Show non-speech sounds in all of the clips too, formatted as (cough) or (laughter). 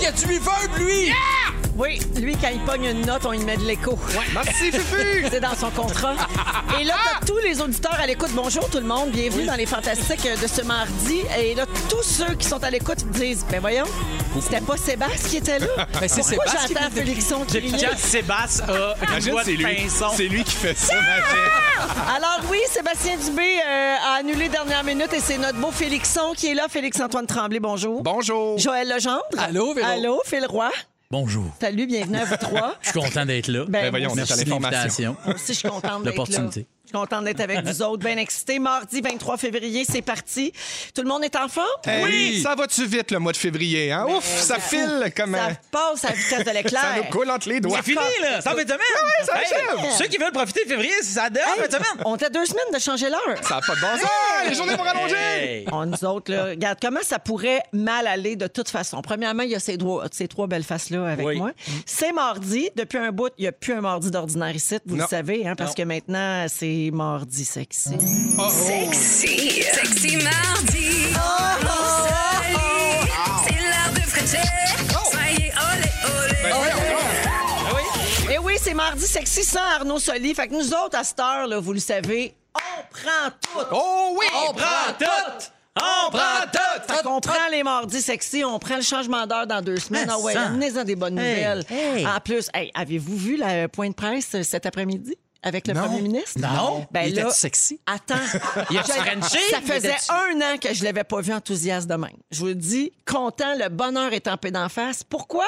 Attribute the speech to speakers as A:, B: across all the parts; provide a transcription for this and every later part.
A: il a du reverb, lui!
B: Oui, lui, quand il pogne une note, on lui met de l'écho.
C: Merci, Fufu!
B: (laughs) C'est dans son contrat. Et là, t'as tous les auditeurs à l'écoute. Bonjour tout le monde, bienvenue dans les fantastiques de ce mardi. Et là, tous ceux qui sont à l'écoute disent Ben voyons, c'était pas Sébastien qui
A: (laughs)
B: était là.
A: Mais Ben, c'est
B: Pourquoi
A: Sébastien qui
B: j'entends
A: était-
B: Félixon qui riait?
D: Quand Sébastien a une
C: Imagine,
D: voix
C: c'est
D: de
C: lui.
D: pinson.
C: C'est lui qui fait ça, Majet.
B: Alors oui, Sébastien Dubé euh, a annulé dernière minute et c'est notre beau Félixon qui est là. Félix-Antoine Tremblay, bonjour.
C: Bonjour.
B: Joël Legendre.
A: Allô, Véro.
B: Allô, Phil Roy.
E: Bonjour.
B: Salut, bienvenue à vous
C: (laughs)
B: trois.
E: Je suis content d'être là.
B: Ben,
C: Ben voyons, on est à
E: Merci de
C: l'information.
E: l'invitation.
B: Moi aussi, je suis contente d'être
E: L'opportunité.
B: là. Je suis contente d'être avec vous autres. Bien excité. Mardi 23 février, c'est parti. Tout le monde est en forme?
C: Euh, Hey, Eh Ça va-tu vite le mois de février, hein? Ouf, ça file comme
B: Ça
C: un.
B: passe à la vitesse de l'éclair.
C: (laughs) Ça nous coule entre les doigts.
D: C'est fini, là! C'est en fin de semaine!
C: ça achève.
D: Ceux qui veulent profiter de février, c'est ça date,
B: Hey,
D: fin de semaine!
B: on était deux semaines de changer l'heure.
C: Ça n'a pas de bon sens! Les journées vont rallonger!
D: Hey.
B: On, nous autres, là, regarde, comment ça pourrait mal aller de toute façon? Premièrement, il y a ces, trois- ces trois belles faces-là avec
D: Oui.
B: moi. C'est mardi. Depuis un bout, il n'y a plus un mardi d'ordinaire ici, vous
C: Non.
B: le savez, hein, parce que maintenant, c'est mardi sexy.
F: Sexy. Sexy mardi. Ensoleillé. C'est l'heure de frécher. Soyez olé, olé.
B: Et Eh oui, c'est mardi sexy sans Arnaud Soli. Fait que nous autres, à cette heure, là, vous le savez, on prend tout.
C: Oh oui!
A: On prend tout!
D: On prend
A: tout!
B: Fait qu'on prend les mardis sexy, on prend le changement d'heure dans deux semaines. Ah ouais,
E: ça.
B: amenez-en des bonnes
E: Hey,
B: nouvelles.
E: hey.
B: En plus, hey, avez-vous vu la euh, point de presse euh, cet après-midi avec le
C: Non.
B: premier ministre?
E: Non.
B: Ben
A: Il
B: là,
A: était-tu sexy?
B: Attends.
D: Il a-tu
B: Je-
D: Frenché?
B: Ça
D: Il
B: faisait
D: était-tu-
B: un an que je l'avais pas vu enthousiaste de même. Je vous le dis, content, le bonheur est en paix d'en face. Pourquoi?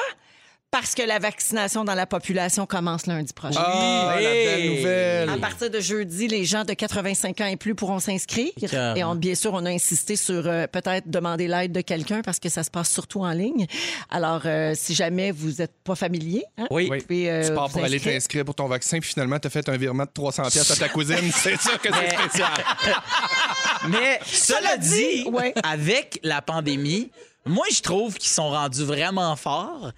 B: Parce que la vaccination dans la population commence lundi prochain.
C: Ah, la belle nouvelle!
B: À partir de jeudi, les gens de 85 ans et plus pourront s'inscrire.
E: Écœurant.
B: Et on, bien sûr, on a insisté sur euh, peut-être demander l'aide de quelqu'un parce que ça se passe surtout en ligne. Alors, euh, si jamais vous n'êtes pas familier, hein,
D: Oui.
B: vous pouvez, euh,
C: tu pars
B: vous
C: pour aller
B: inscrire.
C: t'inscrire pour ton vaccin, puis finalement, t'as fait un virement de 300$ piastres à ta (laughs) cousine. C'est sûr que c'est spécial.
E: (laughs) Mais
B: Cela
E: cela dit,
B: dit, ouais.
E: avec la pandémie, moi, je trouve qu'ils sont rendus vraiment forts.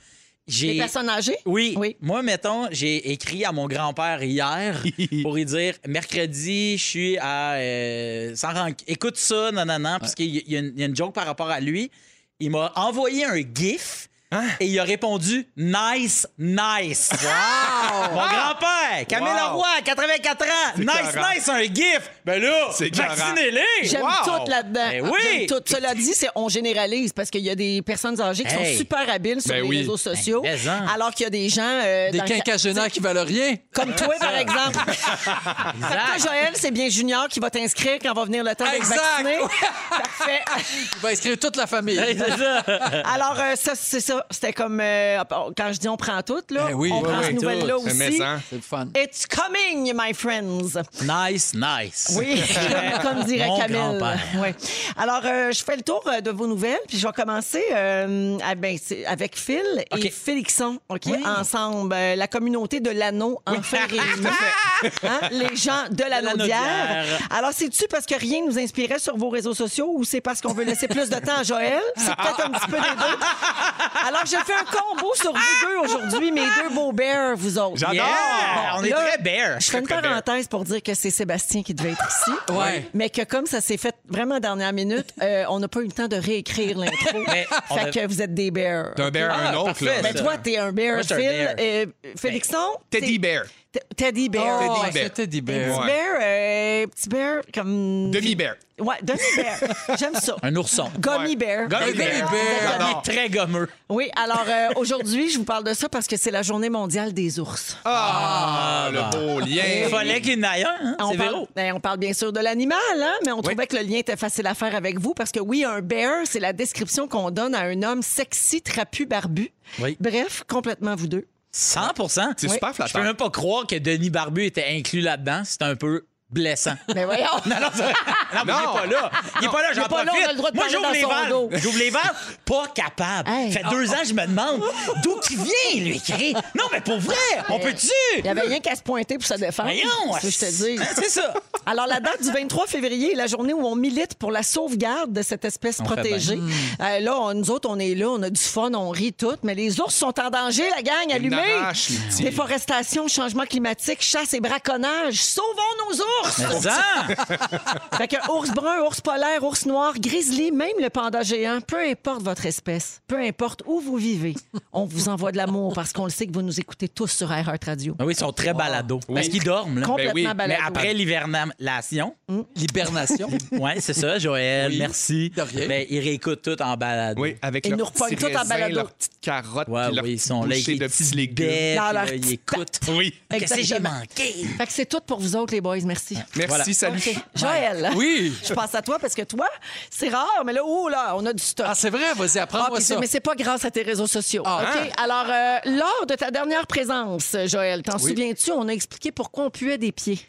E: J'ai...
B: Les personnes âgées?
E: Oui.
B: Oui.
E: Moi, mettons, j'ai écrit à mon grand-père
C: (laughs)
E: hier pour lui dire mercredi, je suis à. euh, sans ranc- Écoute ça, non, non, non, parce qu'il y, a une- il y a une joke par rapport à lui. Il m'a envoyé un GIF.
C: Hein?
E: Et il a répondu Nice, nice. Wow! Mon grand-père, Camille
C: Wow.
E: Leroy, 84 ans. Nice,
C: carré.
E: nice, un GIF. Ben là,
C: C'est carré.
E: vaccinez-les.
B: J'aime
C: Wow!
B: tout là-dedans.
E: Ben oui!
B: J'aime tout. Cela dit, c'est, on généralise parce qu'il y a des personnes âgées qui
E: Hey!
B: sont super habiles sur
C: Ben
B: les
C: oui.
B: réseaux sociaux,
E: Ben, mais en.
B: alors qu'il y a des gens... euh,
A: Des
B: dans le-
A: quinquagénaires qui valent rien.
B: Comme toi, par exemple. Fait que toi, Joël, c'est bien Junior qui va t'inscrire quand va venir le temps d'être
A: Exact.
B: vacciné. Parfait.
A: Il va inscrire toute la famille.
E: Hey, (laughs) c'est ça.
B: Alors, euh, ça, c'est ça. C'était comme. euh, quand je dis on prend tout, là,
A: Ben oui,
B: on
A: oui,
B: prend
A: oui,
B: cette nouvelle-là
C: Mais hein,
B: aussi.
C: ça.
A: C'est le fun.
B: It's coming, my friends.
E: Nice, nice. (laughs)
B: Oui, comme- comme dirait
E: Mon
B: Camille.
E: grand-père.
B: Ouais. Alors, euh, je fais le tour euh, de vos nouvelles, puis je vais commencer euh, à- ben, c'est avec Phil et
E: OK.
B: Félixon, OK? Ensemble, Euh, la communauté de l'anneau en
E: (laughs)
B: fait réunie. Hein? Les gens de l'anneau
E: l'anneau
B: de
E: de
B: bière.
E: bière.
B: Alors, c'est-tu parce que rien nous inspirait sur vos réseaux sociaux ou c'est parce qu'on veut laisser plus de temps à Joël? C'est peut-être un petit peu des
E: (laughs)
B: deux. Alors, je fais un combo sur vous deux aujourd'hui, mes deux beaux bears, vous autres.
C: J'adore!
E: Yeah!
B: Bon,
E: On est
B: là,
E: très bear.
B: Je fais une
C: Très, très
B: parenthèse pour dire que c'est Sébastien qui devait être ici.
A: Ouais.
B: Mais que comme ça s'est fait vraiment en dernière minute, euh, on n'a pas eu le temps de réécrire l'intro.
E: Mais on
B: fait
E: a-
B: que vous êtes des bears.
C: D'un bear à un
E: Ah,
C: autre, là.
E: parfait,
B: Mais
E: ça.
B: toi, t'es un bear,
E: Moi, je suis un
B: Phil.
E: bear.
B: Euh, Félixon?
C: Ben, Teddy
B: t'es-
C: Bear.
B: t- Teddy bear.
A: Oh,
C: Teddy Bear.
A: c'est Teddy
B: Petit
A: Bear.
C: Ouais.
B: bear, euh, petit bear comme...
C: Demi-bear.
B: Ouais, demi-bear. J'aime ça.
E: Un ourson.
B: Gummy
C: Ouais.
B: bear.
C: Gummy
A: Un bear.
C: J'adore.
E: Très gommeux.
B: Oui, alors euh, aujourd'hui, je vous parle de ça parce que c'est la journée mondiale des ours.
C: Ah, le beau
E: Il
C: lien.
E: fallait qu'il y en ait un. hein?
B: On
E: C'est
B: parle,
E: Véro.
B: ben, on parle bien sûr de l'animal, hein, mais on trouvait que le lien était facile à faire avec vous parce que oui, un bear, c'est la description qu'on donne à un homme sexy, trapu, barbu.
E: Oui.
B: Bref, complètement vous deux.
E: 100
C: C'est
E: Oui.
C: super
E: Je peux
C: flatteur.
E: même pas croire que Denis Barbu était inclus là-dedans. C'est un peu blessant.
B: Mais Ben voyons.
E: (laughs) Non, mais il
C: Non.
E: est pas là. Il est pas là,
B: Il
E: j'en
B: est pas là,
E: profite.
B: on a le droit de
E: Moi,
B: parler
E: j'ouvre
B: dans
E: les
B: son dos.
E: valves. J'ouvre les valves. Pas capable.
B: Hey.
E: fait deux ans, je me demande d'où qui vient, lui, Chris. Non, mais pour vrai, on peut-tu?
B: Il y avait rien qu'à se pointer pour se défendre.
E: Voyons.
B: C'est ce que je te dis.
E: Hein, C'est ça.
B: Alors, la date du 23 février est la journée où on milite pour la sauvegarde de cette espèce
E: fait
B: protégée. Euh, là, on- nous autres, on est là, on a du fun, on rit tout, mais les ours sont en danger, la gang, allumée.
C: arrache, les petits.
B: Déforestation, changement climatique, chasse et braconnage. Sauvons nos
E: ours! Mais (laughs) ça!
B: Fait que ours brun, ours polaire, ours noir, grizzly, même le panda géant, peu importe votre espèce, peu importe où vous vivez, on vous envoie de l'amour parce qu'on le sait que vous nous écoutez tous sur Air Radio.
A: Ben
E: Ah oui, ils sont très balados. Parce qu'ils dorment, là.
B: Complètement
C: oui, mais
E: Mais
B: balado.
E: après l'hivernation, (laughs)
A: L'hibernation.
E: ouais, c'est ça, Joël,
A: Oui,
E: merci.
A: de rien.
E: Ben, ils réécoutent tout en balado.
C: Oui, avec
B: Ils
C: leur
B: nous
C: petit
B: repognent tout en
C: raisin,
B: balado.
C: leur petite carotte,
E: Ouais,
C: puis leur
E: oui, ils sont là,
C: petite
E: ils
C: bouchée de petits légumes.
E: bêtes,
B: Dans
E: là,
B: leur
E: ils
B: petite
E: écoutent.
C: Oui.
E: Qu'est-ce que j'ai
B: Exactement.
E: manqué?
B: Fait que c'est tout pour vous autres, les boys. Merci.
A: Ah,
C: Merci,
E: Voilà.
C: salut.
B: OK. Joël,
A: Oui.
B: je passe à toi parce que toi, c'est rare, mais là, oh là, on a du stock.
A: Ah, c'est vrai, vas-y,
B: Ah,
A: apprends-moi
B: puis c'est-
A: ça.
B: mais c'est pas grâce à tes réseaux sociaux.
A: Ah,
B: OK? Alors, euh, lors de ta dernière présence, Joël, t'en souviens-tu, on a expliqué pourquoi on puait des pieds.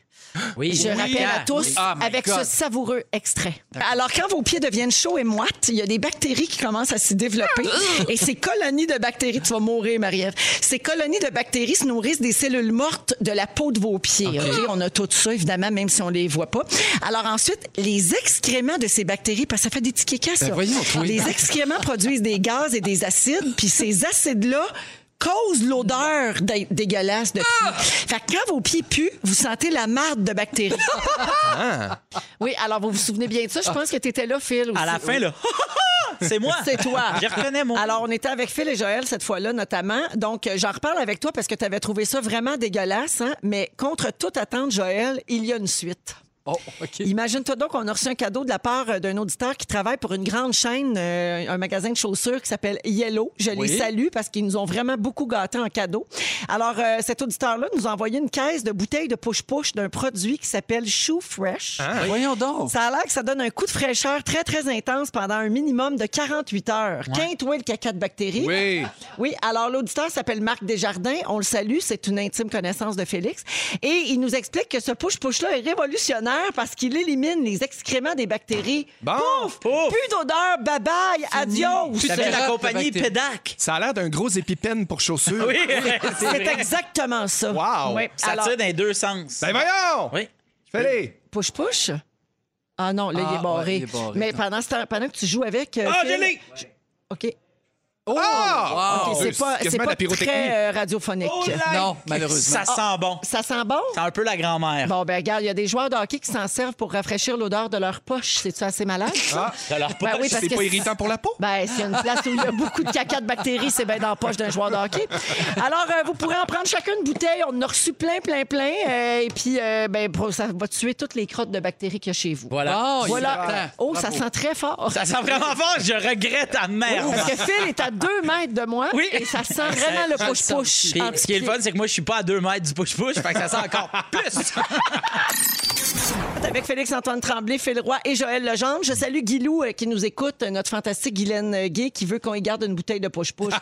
E: Oui,
B: Je rappelle à tous
A: Ah, my
B: avec ce
A: God.
B: savoureux extrait. Alors, quand vos pieds deviennent chauds et moites, il y a des bactéries qui commencent à s'y développer.
A: Ah!
B: et ces colonies de bactéries, tu vas mourir, Marie-Ève. Ces colonies de bactéries se nourrissent des cellules mortes de la peau de vos pieds. OK? On a tout ça, évidemment, même si on les voit pas. Alors, ensuite, les excréments de ces bactéries, parce que ça fait des tickets ça.
A: Ben voyons, oui.
B: Les excréments produisent des gaz et des acides, puis ces acides-là causent l'odeur dé- dégueulasse de
A: Ah!
B: pied. Fait que quand vos pieds puent, vous sentez la marde de bactéries. Oui, alors vous vous souvenez bien de ça. Je pense que tu étais là, Phil.
E: À la
B: aussi.
E: fin, là, (laughs) c'est moi.
B: C'est toi.
E: Je reconnais mon.
B: Alors, on était avec Phil et Joël cette fois-là, notamment. Donc, euh, j'en reparle avec toi parce que tu avais trouvé ça vraiment dégueulasse. hein. Mais contre toute attente, Joël, il y a une suite.
A: Oh, OK.
B: Imagine-toi donc qu'on a reçu un cadeau de la part euh, d'un auditeur qui travaille pour une grande chaîne, euh, un magasin de chaussures qui s'appelle Yellow. Je
A: Oui.
B: les salue parce qu'ils nous ont vraiment beaucoup gâtés en cadeau. Alors, euh, cet auditeur-là nous a envoyé une caisse de bouteilles de push-push d'un produit qui s'appelle Shoe Fresh.
E: Hein?
A: Ah, Voyons donc.
B: Ça a l'air que ça donne un coup de fraîcheur très, très intense pendant un minimum de 48 heures. Quinte, oui, le caca de bactéries.
C: Oui.
B: Oui, alors l'auditeur s'appelle Marc Desjardins. On le salue, c'est une intime connaissance de Félix. Et il nous explique que ce push-push-là est révolutionnaire parce qu'il élimine les excréments des bactéries.
C: Bon.
B: Pouf!
E: Pouf!
B: Plus d'odeur, bye-bye, adios!
A: Plus de
E: J'avais la
A: Carotte de
E: compagnie
A: bactéries.
E: Pédac.
C: Ça a l'air d'un gros épipène pour chaussures.
E: Oui,
B: C'est exactement ça.
C: Wow.
B: Oui,
E: Ça
B: alors,
E: tire dans les deux sens.
C: Ben voyons!
E: Oui.
C: Fais-les!
B: push-push? Ah non, là, il,
A: Ah,
B: est barré.
A: ouais, il est barré.
B: Mais pendant, ce temps- pendant que tu joues avec... euh,
G: Ah,
B: Phil-
G: je l'ai!
B: OK.
C: Ah!
A: Oh, wow.
B: OK, c'est pas, c'est pas
C: quasiment de la pyrotechnie.
B: très euh, radiophonique.
G: Oh là!
A: Non, malheureusement.
E: Ça sent bon.
B: Ça sent bon?
E: C'est un peu la grand-mère.
B: Bon, ben regarde, il y a des joueurs de hockey qui s'en servent pour rafraîchir l'odeur de leur poche. C'est-tu assez malade?
C: Ah,
E: De leur
B: Ben oui, parce
C: c'est
B: que
C: pas irritant pour
B: (laughs)
C: la peau?
B: Ben, s'il y a une place où il y a beaucoup de caca de bactéries, c'est bien dans la poche d'un joueur de hockey. Alors, euh, vous pourrez en prendre chacune une bouteille. On en a reçu plein, plein, plein. Euh, et puis, euh, ben, pro- ça va tuer toutes les crottes de bactéries qu'il y a chez vous.
E: Voilà.
A: Bon, Ah, il
B: Voilà.
A: est
B: Oh, ça sent très fort.
E: Ça sent vraiment fort. Je regrette ta mère.
B: Parce que Phil est à deux mètres de moi
E: Oui.
B: et ça sent vraiment le push-push.
E: Puis,
B: entre
E: ce qui est le
B: pieds.
E: fun, c'est que moi, je suis pas à 2 mètres du push-push, fait que ça sent (laughs) encore plus.
B: avec Félix-Antoine Tremblay, Phil Roy et Joël Legendre. Je salue Guilou euh, qui nous écoute, euh, notre fantastique Guylaine euh, Gay qui veut qu'on y garde une bouteille de push-push.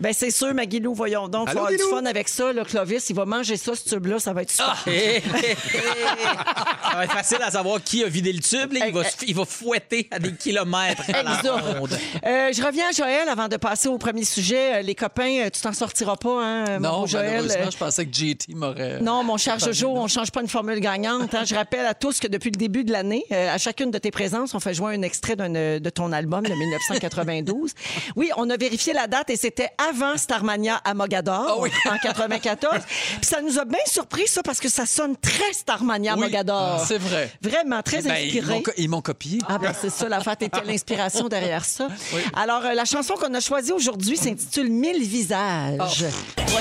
B: ben c'est sûr, ma Guilou, voyons donc. Faut
C: Allô,
B: avoir du
C: Guilou?
B: fun avec ça. Le Clovis, il va manger ça, ce tube-là, ça va être super. (laughs)
E: Hé, hé, hé. ça va être facile à savoir qui a vidé le tube. là. Il, va, se- il va fouetter à des kilomètres. (laughs) à la
B: Exact.
E: ronde.
B: Euh, je reviens à Joël avant de passer au premier sujet. Euh, Les copains, euh, tu t'en sortiras pas, hein, mon
A: Non,
B: beau Joël.
A: malheureusement, je pensais que JT m'aurait.
B: Non, mon cher Jojo, on ne change pas une formule gagnante. hein. Je rappelle à tous que depuis le début de l'année, euh, à chacune de tes présences, on fait jouer un extrait d'un, euh, de ton album de 1992.
A: (laughs)
B: Oui, on a vérifié la date et c'était avant Starmania à Mogador,
A: Ah oui.
B: en
A: (laughs)
B: 94. Puis ça nous a bien surpris, ça, parce que ça sonne très Starmania à
A: Oui, Ah,
B: Mogador.
A: C'est vrai.
B: Vraiment très
A: Ben, ils
B: inspiré.
A: m'ont co- ils m'ont copié.
B: Ah ben c'est ça l'affaire, t'étais l'inspiration derrière
A: (laughs)
B: ça. Alors euh, la chanson qu'on a choisie aujourd'hui s'intitule Mille visages.
A: Oh.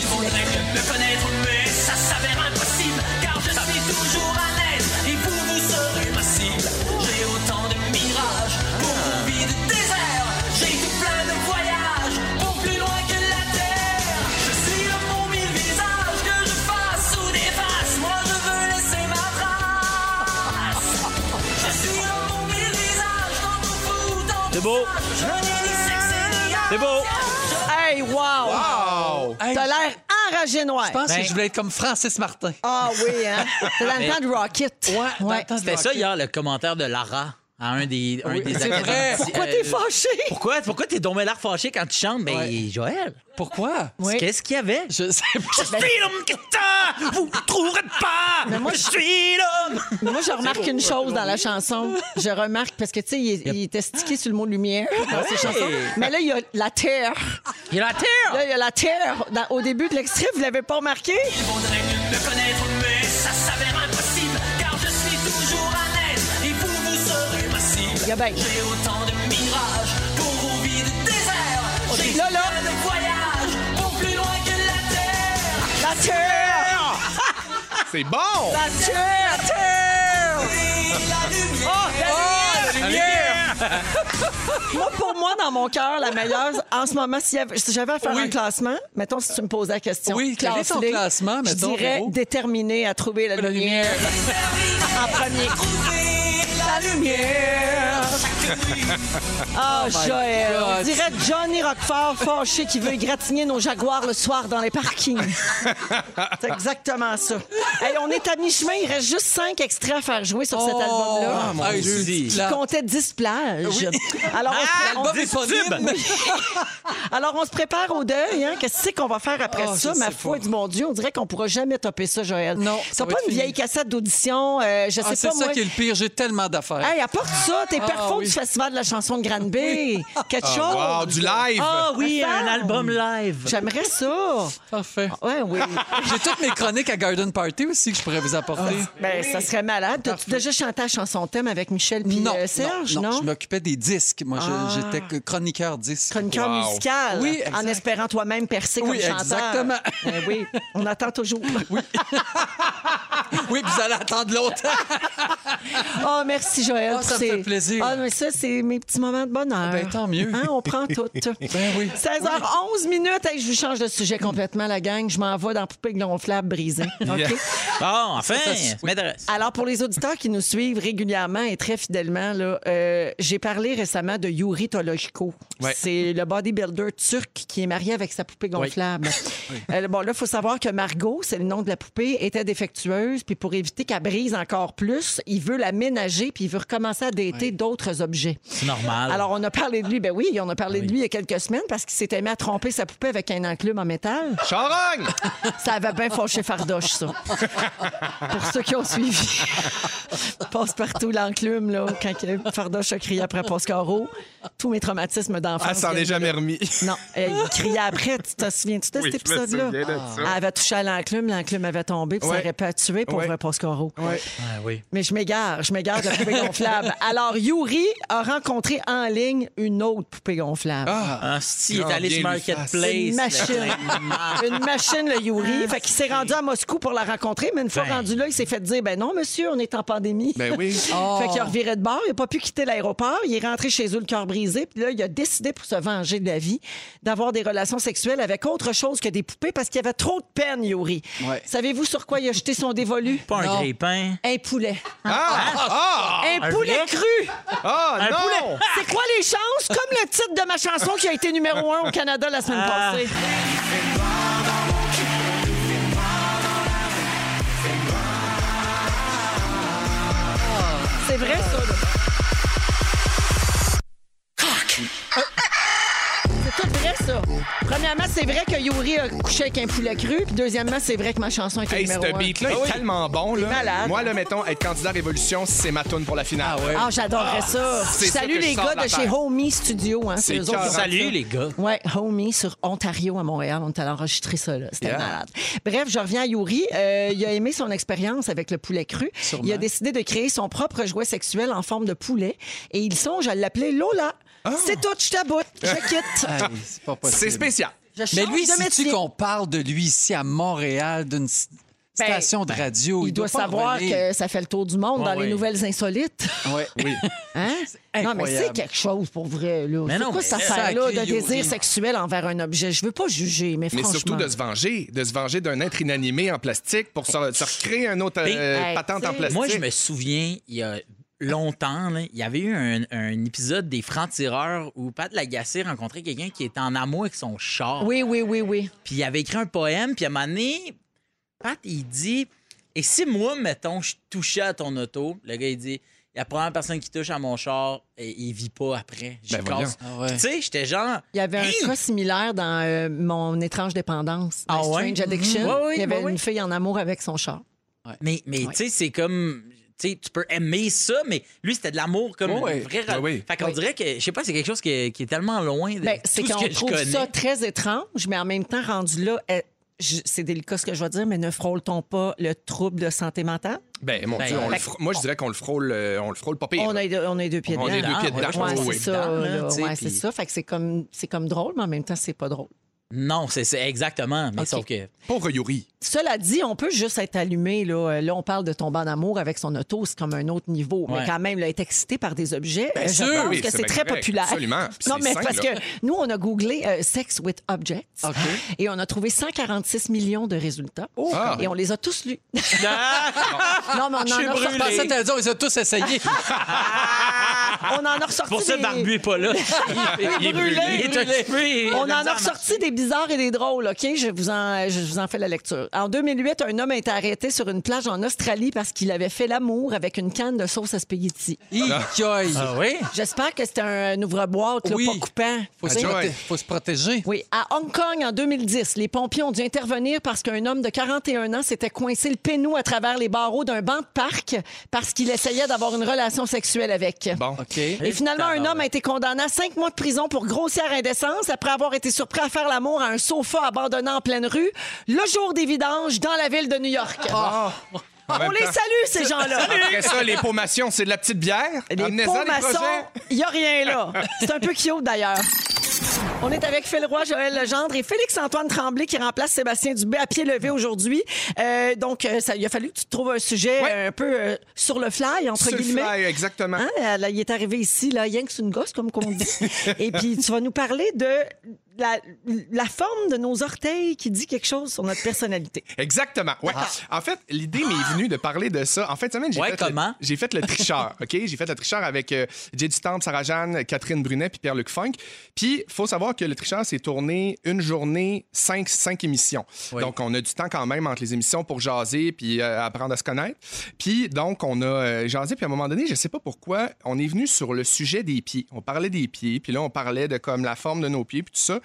E: C'est beau. C'est beau.
B: Hey wow,
C: Wow!
A: Hey,
B: t'as l'air enragé noir.
A: Je pense
E: Ben-
A: que je voulais être comme Francis Martin.
B: Ah oui, hein? C'est dans le temps de Rocket.
A: dans le temps de
E: C'était
A: rock.
E: ça hier, le commentaire de Lara à un des, un des
A: c'est
E: acteurs.
A: vrai.
B: Pourquoi t'es fâché?
E: Pourquoi, pourquoi t'es tombé l'air fâché quand tu chantes? Ben,
A: Ouais.
E: Joël,
A: Pourquoi?
B: Oui.
E: qu'est-ce qu'il y avait?
A: Je sais
B: (laughs)
A: pas.
E: Je suis l'homme qui t'a, vous ne trouverez pas! Ben-
B: moi,
E: je suis l'homme!
B: Mais Moi, je remarque une chose dans la chanson. Je remarque, parce que, tu sais, il, est- il était stické sur le mot lumière dans ses chansons. Mais là, il y a la terre.
E: Il a la terre!
B: Là, il y a la terre. Dans- au début de l'extrait, vous l'avez pas remarqué?
F: Faudrait mieux me connaître, mais ça s'avère impossible, car je suis
B: Il y a bien.
F: J'ai autant de mirages pour au vide désert. J'ai
B: Là, là.
F: plein de voyages pour plus loin que la terre.
B: La terre!
C: C'est bon!
B: La terre! La terre!
F: Et la lumière.
B: Ben
A: Ah,
B: Moi, pour moi, dans mon cœur, la meilleure, en ce moment, si j'avais- si j'avais à faire un classement, mettons, si tu me posais la question,
A: Oui, quel est ton
B: classe-les,
A: classement,
B: je
A: mettons,
B: dirais
A: Véro?
B: déterminé à trouver la,
A: La
B: lumière.
A: lumière.
B: en premier. La lumière. Ah, Joël. On
A: Oh God.
B: dirait Johnny Rockford fâché qui veut égratigner nos jaguars le soir dans les
A: (laughs)
B: parkings. C'est exactement ça. Hey, on est à mi-chemin. Il reste juste cinq extraits à faire jouer sur cet album-là.
A: Ah, mon
E: Hey,
A: Dieu. Ah,
E: Suzy.
B: Il
A: petite claque.
B: comptait 10 plages. Alors, on,
A: L'album est disponible. (laughs)
B: alors, on se prépare au deuil. Hein? Qu'est-ce que c'est qu'on va faire après
A: Ah,
B: ça?
A: je
B: Ma
A: sais
B: foi
A: pas.
B: du mon Dieu, on dirait qu'on pourra jamais topper ça, Joël.
A: Non,
B: T'as
A: ça va
B: pas
A: être
B: une
A: fini.
B: vieille cassette d'audition, euh, je sais
A: Ah,
B: pas
A: c'est ça
B: moi.
A: qui est le pire. J'ai tellement d'affaires.
B: Hey, apporte ça, tes
A: Ah,
B: perfos
A: oui.
B: du Festival de la chanson de Granby. Quelque chose.
C: Ah, wow, du live!
E: Ah oui, un
B: Attends.
E: album live.
B: J'aimerais ça.
A: Parfait.
B: Ouais, oui.
A: J'ai toutes mes chroniques à Garden Party aussi que je pourrais vous apporter.
E: Ah,
B: (laughs) Ben, ça serait malade. T'as-tu déjà chanté la chanson thème avec Michel puis euh, Serge, non?
A: je m'occupais des disques. Moi, je-
B: Ah.
A: j'étais que chroniqueur disque.
B: Chroniqueur
C: Wow.
B: musical.
A: Oui, exact.
B: en espérant toi-même percer comme
A: Oui,
B: chanteur.
A: exactement.
B: (laughs) Ben oui, on attend
A: (laughs)
B: toujours.
A: Oui, puis vous allez attendre longtemps.
B: Oh, merci Joël.
A: Ah, ça
B: pour
A: me
B: ces-
A: fait plaisir.
B: Ah, mais ça, c'est mes petits moments de bonheur.
A: Ben, tant mieux.
B: Hein, on prend
A: (laughs)
B: tout. ben
A: oui.
B: 16h11 minutes. Hey, je vous change de sujet complètement, la gang. Je m'en vais dans Poupée gonflable
A: (laughs)
B: brisée. OK?
E: Bon, enfin,
A: Ça, ça, oui.
E: m'intéresse.
B: Alors, pour les auditeurs qui nous suivent régulièrement et très fidèlement, là, euh, j'ai parlé récemment de Yuri Tolochko.
C: Ouais.
B: C'est le bodybuilder turc qui est marié avec sa poupée (laughs) gonflable. Euh, bon, là, il faut savoir que Margot, c'est le nom de la poupée, était défectueuse. Puis pour éviter qu'elle brise encore plus, il veut la ménager puis il veut recommencer à dater d'autres objets.
E: C'est normal.
B: Alors, on a parlé de lui. Ben oui, on a parlé de lui il y a quelques semaines parce qu'il s'était mis à tromper sa poupée avec un enclume en métal.
C: Charogne!
B: Ça avait bien fâché Fardoche, ça. Pour ceux qui ont suivi. Passe-partout l'enclume, là, quand que Fardoche a crié après Pascaro. Tous mes traumatismes d'enfance.
C: Elle s'en Ah, est jamais remis.
B: Non, euh, il criait après. Tu te souviens-tu de
C: Oui,
B: cet
C: je me
B: épisode-là?
C: souviens de ça.
B: Elle avait touché à l'enclume, l'enclume avait tombé, puis ça
C: Ouais.
B: aurait pas tué pour
C: Ouais.
B: vrai Pascaro.
E: Ah oui.
B: Mais je m'égare, je m'égare de la poupée gonflable. Alors, Yuri a rencontré en ligne une autre poupée gonflable.
E: Ah, si, il est
C: Ah,
E: allé
C: bien
E: sur
C: lui
E: Marketplace.
B: Une machine.
E: Ah,
B: une machine, le Yuri. Fait qu'il s'est rendu à Moscou pour la rencontrer, mais une fois
E: Ben.
B: rendu là, il s'est fait dire ben non, monsieur, on est en pandémie.
C: Ben oui.
A: Ah.
B: Fait
A: oh.
B: qu'il a reviré de bord, il n'a pas pu quitter l'aéroport, il est rentré chez eux le cœur brisé, puis là, il a décidé pour se venger de la vie d'avoir des relations sexuelles avec autre chose que des poupées parce qu'il y avait trop de peine, Yuri.
A: Ouais.
B: Savez-vous sur quoi il a jeté son dévolu?
E: Pas un
A: Non.
E: grépin.
B: Un poulet.
C: Ah! Ah!
B: un poulet
E: vrai?
B: cru!
C: Ah!
E: Un
C: Non!
E: poulet.
B: C'est quoi les chances? Comme le titre de ma chanson qui a été numéro un au Canada la semaine
E: Ah.
B: passée. C'est vrai, ça. là. C'est tout vrai, ça. Premièrement, c'est vrai que Yuri a couché avec un poulet cru. Puis deuxièmement, c'est vrai que ma chanson était
C: Hey,
B: numéro
C: ce
B: un. Ah
C: beat-là est tellement bon. Là.
B: malade.
C: Moi, là, mettons, être candidat à Révolution, c'est ma tune pour la finale. Ah ouais.
B: Ah, j'adorerais ça.
C: c'est
B: Je
C: ça
B: salue
C: que je
B: les
C: sors
B: gars
C: de la
B: de chez
C: terre.
B: Homie Studio. Hein,
C: C'est
B: eux autres qui
C: écœurant.
B: font ça.
E: Salut, les gars.
B: Ouais, Homie sur Ontario à Montréal. On est allé enregistrer ça, là. C'était malade. Bref, je reviens à Yuri. Euh, il a aimé son expérience avec le poulet cru. Il a décidé de créer son propre jouet sexuel en forme de poulet. Et il songe à l'appeler Lola. C'est tout, je t'aboute, je quitte.
A: Hey, c'est pas possible.
C: C'est spécial.
B: Je change
A: Mais lui,
B: de métier.
A: sais-tu qu'on parle de lui ici à Montréal, d'une s-
B: Ben,
A: station de radio?
B: Il, doit,
A: pas
B: savoir
A: revenir.
B: que ça fait le tour du monde
E: Ouais,
B: dans les
E: ouais.
B: nouvelles insolites.
A: Ouais. Oui.
B: Hein? Non, mais c'est
A: incroyable.
B: quelque chose pour vrai. Là.
E: Mais
B: C'est
E: non,
B: quoi
E: mais
B: cette
A: ça,
B: affaire-là de
A: sacré Yuri.
B: désir sexuel envers un objet? Je veux pas juger, mais,
C: Mais
B: franchement...
C: surtout de se venger, de se venger d'un être inanimé en plastique pour se, se recréer un autre euh,
B: Hey,
C: patente
B: tu
C: en
B: sais.
C: plastique.
E: Moi, je me souviens, il y a longtemps, là, il y avait eu un, un épisode des Francs-Tireurs où Pat Lagacé rencontrait quelqu'un qui était en amour avec son char.
B: Oui, oui, oui, oui.
E: Puis il avait écrit un poème, puis à un moment donné, Pat, il dit Et si moi, mettons, je touchais à ton auto, le gars, il dit La première personne qui touche à mon char, et il vit pas après. Je
C: Ben
E: casse.
A: voyons. Ah ouais.
E: Puis Tu sais, j'étais genre.
B: Il y avait un
E: Hey!
B: cas similaire dans euh, mon étrange dépendance,
E: Hein? Ah
B: My
E: ouais?
B: Strange Addiction.
E: Mhm. Ouais, ouais,
B: il y avait
E: ouais, ouais.
B: une fille en amour avec son char.
E: Mais, mais tu sais, c'est comme. Tu sais, tu peux aimer ça, mais lui, c'était de l'amour comme
A: Ouais.
E: une vraie.
C: Ouais, Ben ouais.
E: Fait qu'on
B: Ouais.
E: dirait que, je sais pas, c'est quelque chose qui est, qui est tellement loin de
B: Ben,
E: Euh, tout
B: c'est
E: ce
B: qu'on
E: que je
B: trouve
E: connais.
B: ça très étrange, mais en même temps rendu là. eh, je- c'est délicat ce que je vais dire, mais ne frôle-t-on pas le trouble de santé mentale?
C: Ben, mon
E: Ben,
C: Dieu, on
E: fait
C: le fr- moi, je dirais qu'on le frôle, euh, on le frôle pas pire.
B: On a, les deux- on a les deux pieds dedans.
C: On a les deux pieds dedans, je
B: Ouais,
C: pense,
B: c'est
C: oui.
B: ça.
E: Dedans, là,
B: là.
E: tu sais,
B: Ouais, c'est
E: puis-
B: ça. Fait que c'est comme, c'est comme drôle, mais en même temps, c'est pas drôle.
E: Non, c'est c'est exactement. Mais
B: Ok.
E: sauf que.
C: Pauvre Yuri.
B: Cela dit, on peut juste être allumé. Là, Euh, là on parle de tomber en amour avec son auto, c'est comme un autre niveau.
E: Ouais.
B: Mais quand même, là, être excité par des objets,
C: Bien
B: euh, je
C: sûr,
B: pense
C: oui,
B: que c'est
C: c'est bien
B: très
C: correct,
B: populaire.
C: absolument. Puis
B: Non,
C: c'est
B: mais
C: sain,
B: parce
C: là.
B: que nous, on a googlé euh, Sex with Objects et on a trouvé 146 millions de résultats.
C: Ah.
B: Et on les a tous lus. (laughs) non, mais on en, a
A: Je
B: ressorti-
A: pensais que t'allais dire, on les a tous essayés.
B: on en a ressorti.
E: Pour ça,
B: des-
E: Barbu n'est pas
B: (laughs)
E: là. il,
B: est brûlé,
E: Il est occupé.
B: On en a ressorti des bizarres et des drôles, OK? Je vous, en, je vous en fais la lecture. En 2008, un homme a été arrêté sur une plage en Australie parce qu'il avait fait l'amour avec une canne de sauce à spaghetti.
A: Icoï.
E: Ah oui?
B: J'espère que c'était un ouvre-boîte, là,
A: Oui.
B: pas coupant.
A: Faut, se
B: Tu sais?
A: proté- faut se protéger.
B: Oui, à Hong Kong en 2010, les pompiers ont dû intervenir parce qu'un homme de 41 ans s'était coincé le pénou à travers les barreaux d'un banc de parc parce qu'il essayait d'avoir une relation sexuelle avec.
C: Bon.
A: OK.
B: Et finalement, un homme a été condamné à cinq mois de prison pour grossière indécence après avoir été surpris à faire l'amour à un sofa abandonné en pleine rue le jour des vidanges dans la ville de New York.
C: Ah! En
B: On
C: même
B: les
C: temps.
B: salue, ces gens-là.
C: Après ça, les pommations, c'est de la petite bière.
B: Les
C: Amenez-en
B: pots
C: des projets.
B: maçons, il n'y a rien là. C'est un peu cute d'ailleurs. On est avec Phil Roy, Joël Legendre et Félix-Antoine Tremblay qui remplace Sébastien Dubé à pied levé aujourd'hui. Euh, donc, euh, ça, il a fallu que tu te trouves un sujet
C: Ouais.
B: euh, un peu euh, sur le fly, entre
C: Sur le
B: guillemets.
C: fly, exactement.
B: Hein, euh, là, il est arrivé ici, là, Yanks une gosse, comme qu'on dit. Et puis, tu vas nous parler de la, la forme de nos orteils qui dit quelque chose sur notre personnalité.
C: Exactement. Ouais. En fait, l'idée m'est venue de parler de ça. En fait, semaine, j'ai
E: Ah! Ouais,
C: fait, le-
E: comment? (laughs)
C: j'ai fait le tricheur. OK? J'ai fait le tricheur avec euh, Jay Du Temple, Sarah Jeanne, Catherine Brunet puis Pierre-Luc Funk. Puis, faut savoir que le tricheur s'est tourné une journée, cinq, cinq émissions. Donc, on a du temps quand même entre les émissions pour jaser puis euh, apprendre à se connaître. Puis, donc, on a euh, jasé. Puis, à un moment donné, je sais pas pourquoi, on est venu sur le sujet des pieds. On parlait des pieds. Puis là, on parlait de comme la forme de nos pieds puis tout ça.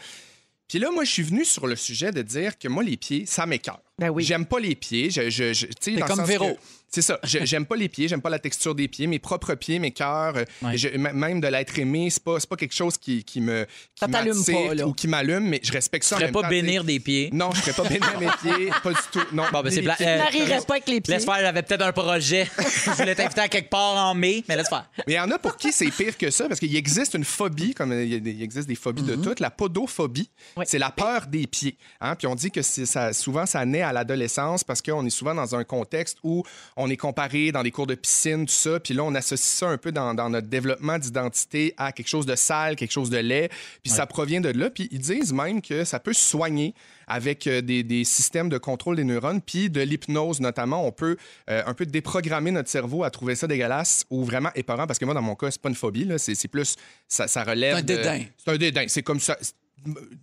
C: Puis là, moi, je suis venu sur le sujet de dire que moi, les pieds, ça m'écœure.
B: Ben oui. Ben
C: J'aime pas les pieds. Je, je, je- tu sais, dans le
A: comme
C: sens
A: Véro.
C: que- C'est ça. Je- J'aime pas les pieds. J'aime pas la texture des pieds. Mes propres pieds, mes cœurs, euh, je- m- même de l'être aimé, c'est pas, c'est pas quelque chose qui, qui me. Qui
B: Ça t'allume
C: m'attire
B: pas, là.
C: Ou qui m'allume, mais je respecte ça.
E: Je
C: en
E: ferais
C: même
E: pas
C: temps,
E: bénir
C: tu sais.
E: des pieds.
C: Non, je ferais pas bénir mes pieds. Pas du tout. Non.
E: Bon, ben, c'est
C: Les
E: plat.
C: pieds.
E: Euh,
B: Marie, reste pas avec les pieds.
E: Laisse faire, j'avais peut-être un projet. (laughs) Je voulais t'inviter à quelque part en mai, mais laisse faire.
C: Mais il y en a pour qui c'est pire que ça, parce qu'il existe une phobie, comme il y a des- il existe des phobies de toutes. La podophobie, c'est la peur des pieds. hein. Puis on dit que c'est ça, souvent, ça naît à l'adolescence parce qu'on est souvent dans un contexte où on est comparé dans des cours de piscine, tout ça. Puis là, on associe ça un peu dans, dans notre développement d'identité à quelque chose de sale, quelque chose de laid. Puis ça provient de là. Puis ils disent même que ça peut se soigner avec euh, des, des systèmes de contrôle des neurones, puis de l'hypnose notamment. On peut euh, un peu déprogrammer notre cerveau à trouver ça dégueulasse ou vraiment épeurant, parce que moi, dans mon cas, c'est pas une phobie, là. c'est c'est plus, ça, ça relève...
A: C'est un
C: de-
A: dédain.
C: C'est un dédain, c'est comme ça. c'est-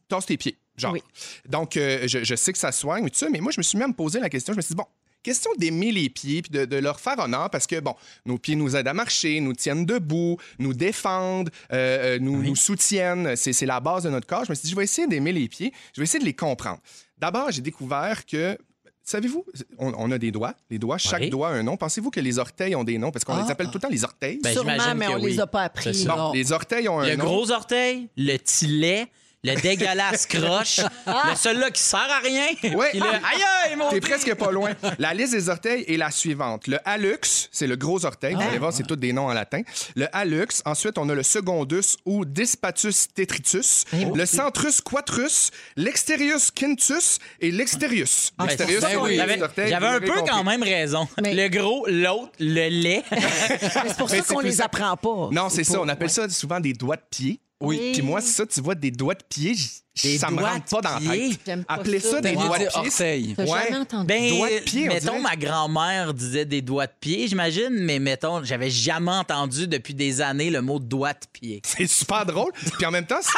C: Tasse tes pieds, genre.
B: Oui.
C: Donc, euh, je, je sais que ça soigne, mais tout ça, mais moi, je me suis même posé la question, je me suis dit, bon, question d'aimer les pieds, puis de, de leur faire honneur, parce que, bon, nos pieds nous aident à marcher, nous tiennent debout, nous défendent, euh, euh, nous, nous soutiennent, c'est c'est la base de notre corps. Je me suis dit, je vais essayer d'aimer les pieds, je vais essayer de les comprendre. D'abord, j'ai découvert que... Savez-vous, on, on a des doigts. Les doigts, chaque
E: Oui. Ah.
C: doigt a un nom. Pensez-vous que les orteils ont des noms? Parce qu'on les appelle tout le temps les orteils.
E: Ben,
B: Sûrement,
E: j'imagine
B: mais
E: que
B: on
E: oui.
B: les a pas appris.
E: C'est
B: là.
C: bon, les orteils ont
E: Le
C: un nom.
E: gros orteil, le tilet, le dégueulasse
B: (laughs)
E: croche,
B: Ah!
E: le seul-là qui sert à rien.
C: Ouais. Ah!
E: Puis le aïe aïe, mon
C: T'es
E: Dieu!
C: presque pas loin. La liste des orteils est la suivante. Le hallux, c'est le gros orteil. Vous allez voir, c'est tous des noms en latin. Le hallux. Ensuite, on a le secondus ou dispatus tetritus. Le centrus quatrus, l'exterius quintus et l'exterius.
E: Ah,
C: L'exterius,
A: ben
C: on
A: oui.
C: les
E: J'avais
C: orteils,
E: j'avais un
C: vous l'aurez
E: peu
C: compris.
E: quand même raison.
B: Mais-
E: Le gros, l'autre, le
C: (laughs)
E: lait.
B: Mais C'est pour
C: Mais
B: ça
C: c'est
B: qu'on
C: plus
B: les
C: ça.
B: apprend pas.
C: Non, c'est ça.
B: pour-
C: On appelle ça souvent des doigts de pied.
B: Oui.
C: Puis moi, ça, tu vois, des doigts de pied, j-
E: Des
C: ça me
E: doigts
C: rentre pas
E: de
C: dans la
E: pied?
C: tête.
B: J'aime pas
C: Appelez ça
B: ça.
C: des
A: T'as
C: doigts
A: dit
C: de pied.
A: orteil.
B: T'as
C: Ouais.
B: jamais entendu.
E: Ben,
C: Doigts de pied, on
E: mettons,
C: dirait.
E: ma grand-mère disait des doigts de pied, j'imagine, mais mettons, j'avais jamais entendu depuis des années le mot doigt de pied. (laughs)
C: C'est super drôle. Puis en même temps, c'est-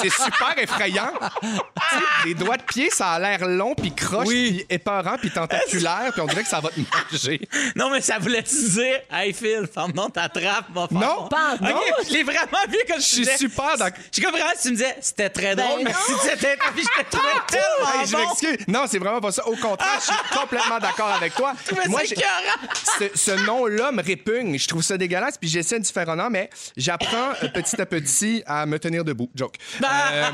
C: c'est super effrayant. Tu sais, les doigts de pied, ça a l'air long, puis croche, puis épeurant, puis tentaculaire, puis on dirait que ça va te manger.
E: Non, mais ça voulait dire, hey Phil, ferme donc ta trappe, mon frère.
C: Non,
B: Pas
E: Ok, je l'ai vraiment vu comme je
C: Je suis super d'accord.
E: Je comprends si tu me disais, c'était très drôle,
B: Ben
E: mais si tu étais (laughs) puis je te trouvais
C: Hey, je
E: tellement Ah bon.
C: m'excuse. Non, c'est vraiment pas ça. Au contraire, je suis complètement d'accord avec toi.
E: Mais
C: Moi,
E: c'est
C: j'ai-
E: écœurant.
C: ce, ce nom-là me répugne. Je trouve ça dégueulasse, puis j'essaie de faire honneur, mais j'apprends euh, petit à petit à me tenir debout. Joke. Euh,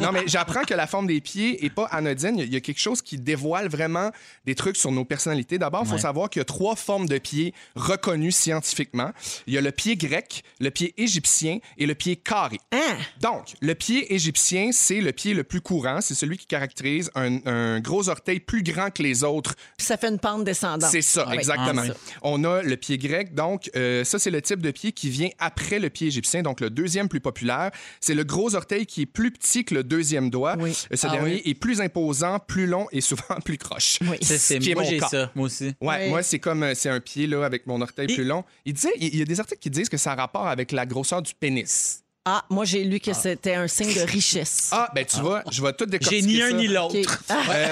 C: non, mais j'apprends que la forme des pieds est pas anodine. Il y a- il y, a quelque chose qui dévoile vraiment des trucs sur nos personnalités. D'abord, il faut savoir qu'il y a trois formes de pieds reconnues scientifiquement. Il y a le pied grec, le pied égyptien et le pied carré.
H: Hein?
C: Donc, le pied égyptien, c'est le pied le plus courant. C'est celui qui caractérise un, un gros orteil plus grand que les autres.
H: Ça fait une pente descendante.
C: C'est ça,
H: Oui.
C: exactement.
H: Ah, oui.
C: On a le pied grec. Donc, euh, ça, c'est le type de pied qui vient après le pied égyptien, donc le deuxième plus populaire. C'est le gros orteil qui est plus petit que le deuxième doigt.
H: Oui.
C: Euh, Ce
H: Ah
C: dernier
H: oui.
C: est plus imposant, plus long et souvent (laughs) plus croche.
H: Oui.
E: C'est-
C: Ce
E: c'est-
C: qui est
E: Moi,
C: mon
E: j'ai
C: cas.
E: ça, moi aussi.
C: Ouais,
H: Oui.
C: moi, c'est comme euh, c'est un pied là, avec mon orteil
E: Et-
C: plus long. Il, disait, il il y a des articles qui disent que ça a rapport avec la grosseur du pénis.
H: Ah, moi, j'ai lu que c'était un signe de richesse.
C: Ah, ben tu vois, je vais tout décortiquer.
E: J'ai ni un
C: ça.
E: ni l'autre.
H: OK. Ah,
C: Euh,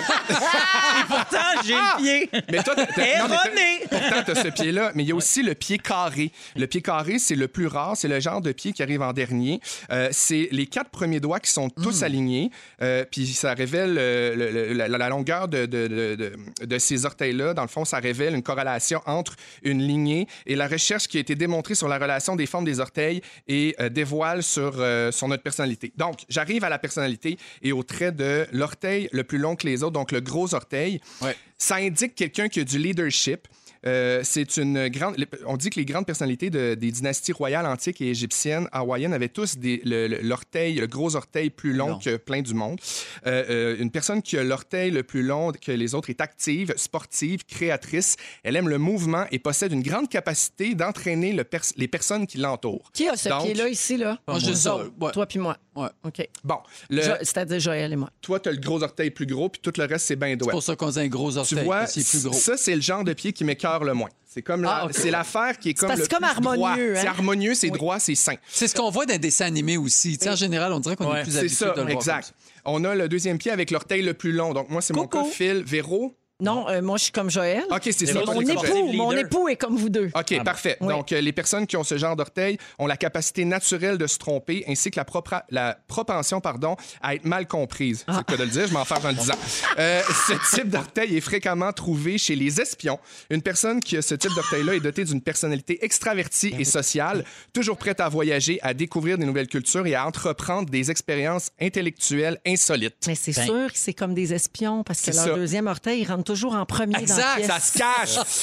E: Pourtant, j'ai
C: (laughs)
E: le pied.
C: Mais toi, t'as- t'as-
E: Eh,
C: non, mais t'as-
E: Erroné.
C: Pourtant, t'as ce pied-là, mais il y a aussi le pied carré. Le pied carré, c'est le plus rare, c'est le genre de pied qui arrive en dernier. Euh, c'est les quatre premiers doigts qui sont tous alignés, euh, puis ça révèle euh, le- le- la, la longueur de, de- de- de- de ces orteils-là. Dans le fond, ça révèle une corrélation entre une lignée et la recherche qui a été démontrée sur la relation des formes des orteils et euh, dévoile sur, euh, sur notre personnalité. Donc, j'arrive à la personnalité et au trait de l'orteil le plus long que les autres, donc le gros orteil.
A: Ouais.
C: Ça indique quelqu'un qui a du leadership. Euh, c'est une grande. On dit que les grandes personnalités de- des dynasties royales antiques et égyptiennes, hawaïennes, avaient tous des- le- le- l'orteil, le, gros orteil plus long que plein du monde. Euh, euh, une personne qui a l'orteil le plus long que les autres est active, sportive, créatrice. Elle aime le mouvement et possède une grande capacité d'entraîner le pers- les personnes qui l'entourent.
H: Qui a ce
C: Donc,
H: pied-là ici, là?
A: Moi, j'ai
H: Nous
A: ça,
H: autres,
A: ouais.
H: Toi puis moi.
A: Ouais.
H: OK.
C: Bon, le,
H: Jo- C'est-à-dire Joël et moi.
C: toi, t'as le gros orteil plus gros, puis tout le reste, c'est ben doigt.
A: C'est pour ça qu'on a un gros
C: Tu
A: orteil.
C: vois,
A: parce que c'est plus gros.
C: ça, c'est le genre de pied qui m'écœure le moins. C'est comme la-
H: Ah, ok.
C: c'est l'affaire qui est comme
H: parce
C: le
H: que c'est
C: plus
H: comme
C: droit.
H: harmonieux, hein?
C: C'est harmonieux, c'est droit, c'est sain.
A: C'est ce qu'on voit dans des dessins animés aussi. Tu sais, en général, on dirait qu'on est plus
C: C'est
A: habitué
C: ça,
A: de le voir
C: exact. On a le deuxième pied avec l'orteil le plus long. Donc moi, c'est mon cas,
H: Coco.
C: Phil, Véro.
H: Non, euh, moi, je suis comme Joël.
C: OK, c'est ça.
E: Véro,
C: toi,
H: Mon
C: t'es
E: c'est
C: comme
E: correct.
H: époux, mon
E: Leader.
H: époux est comme vous deux.
C: OK, parfait.
H: Oui.
C: Donc, euh, les personnes qui ont ce genre d'orteil ont la capacité naturelle de se tromper ainsi que la, propra- la propension pardon, à être mal comprise. C'est le cas de le dire, je m'en fais en le disant. Euh, ce type d'orteil est fréquemment trouvé chez les espions. Une personne qui a ce type d'orteil-là est dotée d'une personnalité extravertie et sociale, toujours prête à voyager, à découvrir des nouvelles cultures et à entreprendre des expériences intellectuelles insolites.
H: Mais c'est
E: Ben.
H: sûr que c'est comme des espions parce que
C: C'est
H: leur
C: ça.
H: deuxième orteil, ils rentrent toujours en premier dans la
C: Exact,
H: pièce. Euh,
C: ça se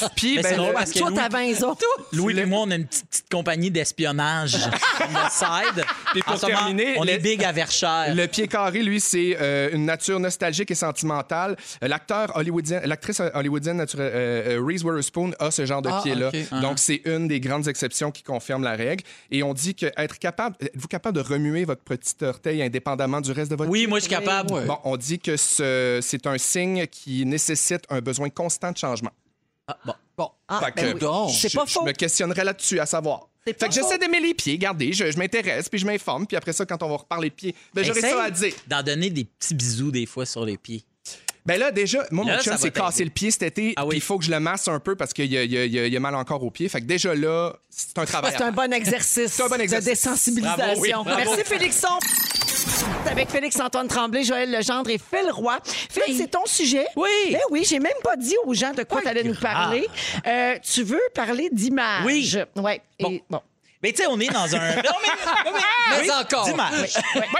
E: (laughs)
C: cache. Puis,
E: Mais
C: ben,
E: c'est drôle
C: le-
E: parce que
H: Toi,
E: Louis-
H: t'as 20 ans.
E: Louis et moi, on a une petite, petite compagnie
C: (laughs)
E: d'espionnage on the side. Puis
C: pour terminer,
E: on
C: le-
E: est big à Verchères.
C: Le pied carré, lui, c'est euh, une nature nostalgique et sentimentale. Euh, L'acteur hollywoodien, l'actrice hollywoodienne naturelle, euh, euh, Reese Witherspoon a ce genre de
A: Ah,
C: pied-là.
A: ok.
H: uh-huh.
C: Donc, c'est une des grandes exceptions qui confirme la règle. Et on dit que être capable, êtes-vous capable de remuer votre petit orteil indépendamment du reste de votre
E: Oui, moi, je suis capable.
A: Ouais.
C: Bon, on dit que ce- c'est un signe qui nécessite un besoin constant de changement.
A: Bon.
C: Fait
H: ben
C: que-
H: oui.
A: donc,
H: C'est
C: Je-
H: pas
C: Je
H: faux.
C: me questionnerais là-dessus, à savoir.
H: C'est
C: Fait
H: pas
C: que j'essaie d'aimer les pieds, regardez, je, je m'intéresse, puis je m'informe, puis après ça, quand on va reparler pieds, ben, j'aurai
H: Essaye.
C: ça à dire.
E: D'en donner des petits bisous des fois sur les pieds.
C: Ben là, déjà, moi,
E: Là,
C: mon chum
E: ça va
C: s'est cassé
E: t'aider.
C: le pied cet été.
E: Ah oui.
C: puis il faut que je le masse un peu parce qu'il y a, il y a- il y a- il y a mal encore au pied. Fait que déjà là, c'est un travail.
H: C'est un bon exercice,
C: C'est un bon exercice.
H: de désensibilisation.
E: Bravo, oui, bravo.
H: Merci, Félixon. Avec Félix-Antoine Tremblay, Joël Legendre et Phil Roy. Phil, c'est ton sujet. Oui. Ben oui, j'ai même pas dit aux gens de quoi tu allais nous parler. Euh, tu veux parler d'images.
E: Oui.
H: Ouais. Et- Bon.
E: Mais tu sais, on est dans
C: (laughs)
E: un. Non, mais,
A: Mais encore.
E: Dimanche.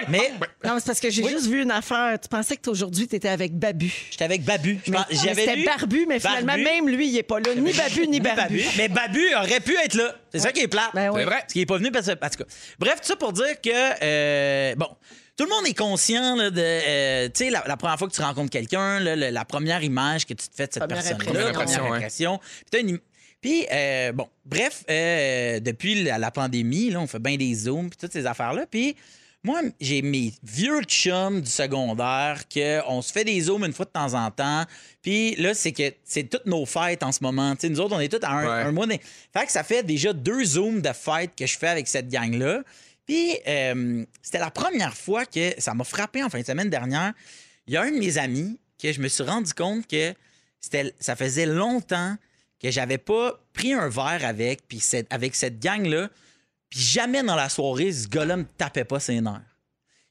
E: Mais
H: Non, mais c'est parce que j'ai juste vu une affaire. Tu pensais qu'aujourd'hui, tu étais avec Babu.
E: j'étais avec Babu. Je pense-
H: Mais
E: J'avais
H: C'était
E: lu-
H: Barbu, mais finalement,
E: Barbu.
H: même lui, il est pas là. Ni Babu, ni Barbu.
E: Babu. Mais Babu aurait pu être là. C'est ça qui est plate.
H: Ben oui.
C: C'est vrai.
E: Parce qu'il n'est pas venu parce que. En tout cas. Bref, tout ça pour dire que. euh, bon. Tout le monde est conscient là, de. euh, tu sais, la, la première fois que tu rencontres quelqu'un, là, le- la première image que tu te fais de cette
H: Première
E: personne-là,
H: impression.
E: première
C: Première
E: impression. Puis t'as une im- Puis, euh, bon, bref, euh, depuis la, la pandémie, là, on fait bien des zooms, puis toutes ces affaires-là. Puis, moi, j'ai mes vieux chums du secondaire que on se fait des zooms une fois de temps en temps. Puis là, c'est que c'est toutes nos fêtes en ce moment. Tu sais, nous autres, on est tous à un,
C: Ouais.
E: un mois. d'in- Fait que ça fait déjà deux zooms de fêtes que je fais avec cette gang-là. Puis, euh, c'était la première fois que ça m'a frappé en fin de semaine dernière. Il y a un de mes amis que je me suis rendu compte que c'était- ça faisait longtemps que j'avais pas pris un verre avec, puis cette- avec cette gang-là. Puis jamais dans la soirée, ce gars-là me tapait pas ses nerfs.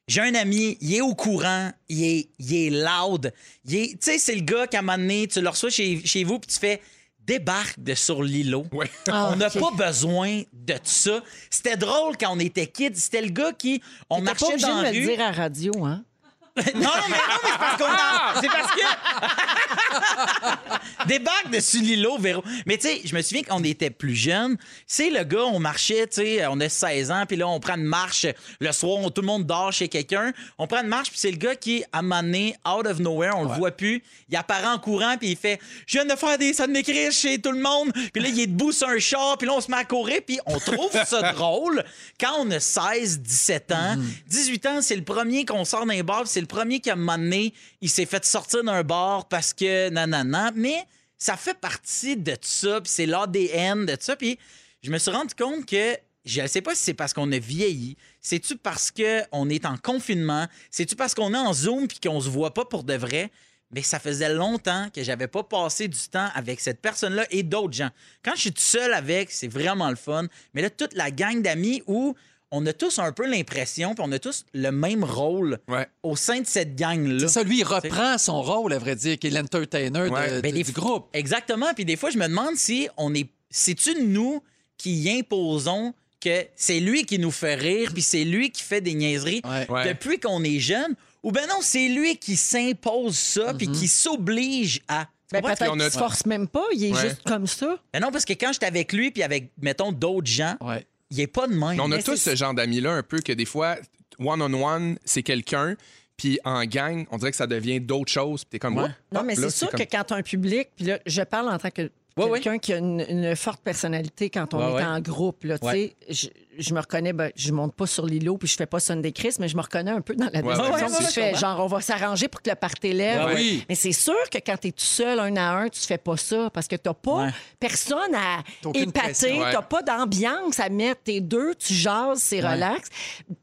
E: J'ai un ami, il est au courant, il est, il est loud. il est- Tu sais, c'est le gars qu'à un moment donné, tu le reçois chez, chez vous, puis tu fais débarque de sur l'îlot.
C: Ouais.
H: Ah,
E: on n'a pas besoin de ça. C'était drôle quand on était kids. C'était le gars qui. On
H: T'es pas
E: marchait
H: obligé
E: dans la
H: de me le
E: rue.
H: dire à la radio, hein?
E: (laughs) Non, non, mais non, mais c'est parce qu'on en- C'est parce que. Débarque dessus l'îlot, Véro. Mais tu sais, je me souviens qu'on était plus jeunes. C'est le gars, on marchait, tu sais, on a 16 ans, puis là, on prend une marche. Le soir, on- tout le monde dort chez quelqu'un. On prend une marche, puis c'est le gars qui, à un moment donné, out of nowhere, on le voit plus. Il apparaît en courant, puis il fait Je viens de faire des ça de m'écrire chez tout le monde. Puis là, il est debout sur un char, puis là, on se met à courir, puis on trouve ça drôle quand on a 16, 17 ans. 18 ans, c'est le premier qu'on sort d'un bar, puis c'est le premier qui, à un moment donné, il s'est fait sortir d'un bar parce que nanana. Mais ça fait partie de ça, puis c'est l'ADN de ça. Puis je me suis rendu compte que je ne sais pas si c'est parce qu'on a vieilli, c'est-tu parce qu'on est en confinement, c'est-tu parce qu'on est en Zoom puis qu'on se voit pas pour de vrai, mais ça faisait longtemps que j'avais pas passé du temps avec cette personne-là et d'autres gens. Quand je suis tout seul avec, c'est vraiment le fun, mais là, toute la gang d'amis où on a tous un peu l'impression, puis on a tous le même rôle
C: Ouais.
E: au sein de cette gang-là.
A: C'est ça, lui, il reprend son rôle, à vrai dire, qui est l'entertainer de-
C: Ouais.
A: de-
E: Ben, des
A: du
E: fois-
A: groupe.
E: Exactement. Puis des fois, je me demande si on est. C'est-tu nous qui y imposons que c'est lui qui nous fait rire, puis c'est lui qui fait des niaiseries
A: Ouais.
C: Ouais.
E: depuis qu'on est jeune, ou ben non, c'est lui qui s'impose ça, puis
C: Mm-hmm.
E: qui s'oblige à.
H: Ben,
C: comprends?
H: peut-être
C: Puis on
H: qu'il
C: a-
H: se force même pas, il est
C: Ouais.
H: juste comme ça.
E: Ben non, parce que quand j'étais avec lui, puis avec, mettons, d'autres gens,
A: Ouais.
E: il est pas de même.
C: Mais on a
E: Mais
C: tous
E: c'est-
C: ce genre d'amis-là, un peu, que des fois, one-on-one, c'est quelqu'un, puis en gang, on dirait que ça devient d'autres choses, puis t'es comme oh. moi.
H: Non, mais Ah, c'est sûr que quand t'as un public, puis là, je parle en tant que
E: Ouais,
H: quelqu'un qui a une, une forte personnalité quand on
E: Ouais,
H: est
E: ouais.
H: en groupe. Là, tu
E: Ouais.
H: sais, je, je me reconnais, ben, je monte pas sur l'îlot puis je fais pas sonne des crises, mais je me reconnais un peu dans la
C: Ouais,
H: description
C: ouais,
H: que
C: ouais,
H: tu
C: ouais,
H: fais. Genre, on va s'arranger pour que le party
B: Ah
H: lève.
A: Ouais, Ben oui.
H: Mais c'est sûr que quand t'es tout seul, un à un, tu fais pas ça parce que t'as pas
E: Ouais.
H: personne à
A: T'as aucune
H: épater,
A: pression.
C: Ouais.
H: t'as pas d'ambiance à mettre. T'es deux, tu jases, c'est relax.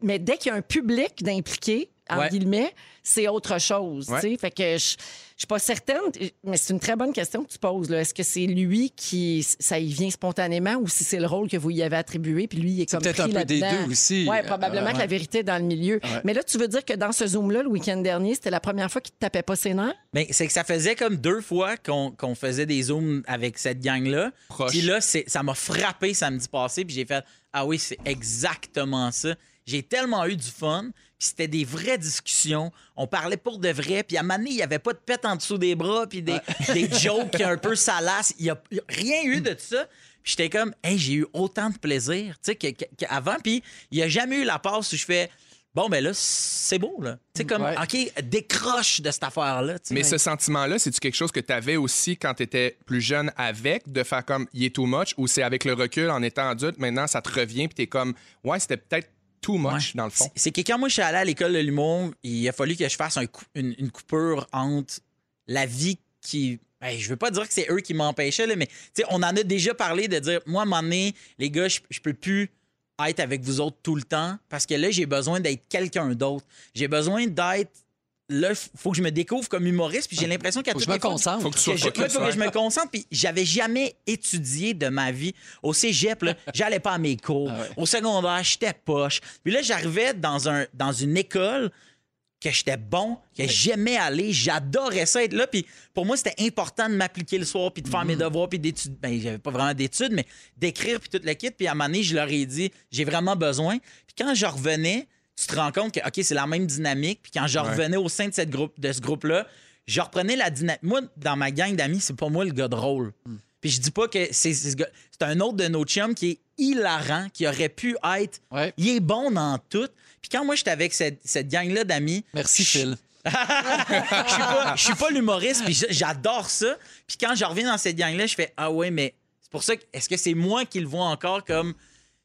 H: Mais dès qu'il y a un public d'impliqués, en
E: Ouais.
H: guillemets, c'est autre chose.
C: Ouais.
H: tu sais. Fait que je je suis pas certaine, mais c'est une très bonne question que tu poses. là. Est-ce que c'est lui qui ça y vient spontanément ou si c'est le rôle que vous y avez attribué puis lui il est
A: C'est
H: comme
A: peut-être
H: pris
A: un peu des
H: là-dedans?
A: deux aussi.
H: Ouais,
A: Euh,
H: probablement
A: ouais.
H: que la vérité est dans le milieu. Mais là tu veux dire que dans ce zoom là le week-end dernier c'était la première fois qu'il te tapait pas ses nerfs
E: Ben, c'est que ça faisait comme deux fois qu'on qu'on faisait des zooms avec cette gang-là.
C: Proche.
E: Puis là, c'est- ça m'a frappé samedi passé, puis j'ai fait Ah oui, c'est exactement ça. J'ai tellement eu du fun, puis c'était des vraies discussions. On parlait pour de vrai, puis à un moment donné, il n'y avait pas de pète en dessous des bras, puis des, des jokes un peu salaces. Il n'y a, il y a rien eu de ça. Puis j'étais comme Hey, j'ai eu autant de plaisir, tu sais, que- que- qu'avant. Puis il n'y a jamais eu la passe où je fais Bon, ben là, c'est beau, là. Tu sais, comme,
A: Ouais.
E: OK, décroche de cette affaire-là. tu sais.
C: Mais ce sentiment-là, c'est-tu quelque chose que tu avais aussi quand tu étais plus jeune avec, de faire comme il est too much, ou c'est avec le recul en étant adulte, maintenant ça te revient, puis t'es comme ouais, c'était peut-être too much dans le fond.
E: C'est- C'est que quand moi je suis allé à l'école de l'humour, il a fallu que je fasse un cou- une, une coupure entre la vie qui. Ben, je veux pas dire que c'est eux qui m'empêchaient, là, mais tu sais, on en a déjà parlé de dire moi, à un moment donné, les gars, je, je peux plus être avec vous autres tout le temps parce que là, j'ai besoin d'être quelqu'un d'autre. J'ai besoin d'être. Là, f- faut que je me découvre comme humoriste, puis j'ai l'impression qu'à
A: Faut que
E: toutes
A: je me
E: les fois-
A: concentre.
C: Faut que tu
E: que
C: sois
E: je, ouais,
C: focus.
E: faut que
C: ouais.
E: je me concentre. Puis j'avais jamais étudié de ma vie. Au cégep,
C: (laughs)
E: là, j'allais pas à mes cours.
C: Ah
E: Au secondaire, j'étais poche. Puis là, j'arrivais dans, un, dans une école que j'étais bon, que j'aimais aller, j'adorais ça être là. Puis pour moi, c'était important de m'appliquer le soir, puis de faire mes devoirs, puis d'études. Ben, j'avais pas vraiment d'études, mais d'écrire, puis tout le kit. Puis à un moment donné, je leur ai dit, j'ai vraiment besoin. Puis quand je revenais, tu te rends compte que, OK, c'est la même dynamique. Puis quand je revenais au sein de, cette groupe, de ce groupe-là, je reprenais la dynamique. Moi, dans ma gang d'amis, c'est pas moi le gars drôle. Puis je dis pas que c'est c'est ce gars- c'est un autre de nos chums qui est hilarant, qui aurait pu être.
A: Ouais.
E: Il est bon dans tout. Puis quand moi, j'étais avec cette, cette gang-là d'amis,
A: Merci, Phil.
E: je suis pas, je suis pas l'humoriste, puis je- j'adore ça. Puis quand je reviens dans cette gang-là, je fais Ah ouais, mais c'est pour ça que est-ce que c'est moi qui le vois encore comme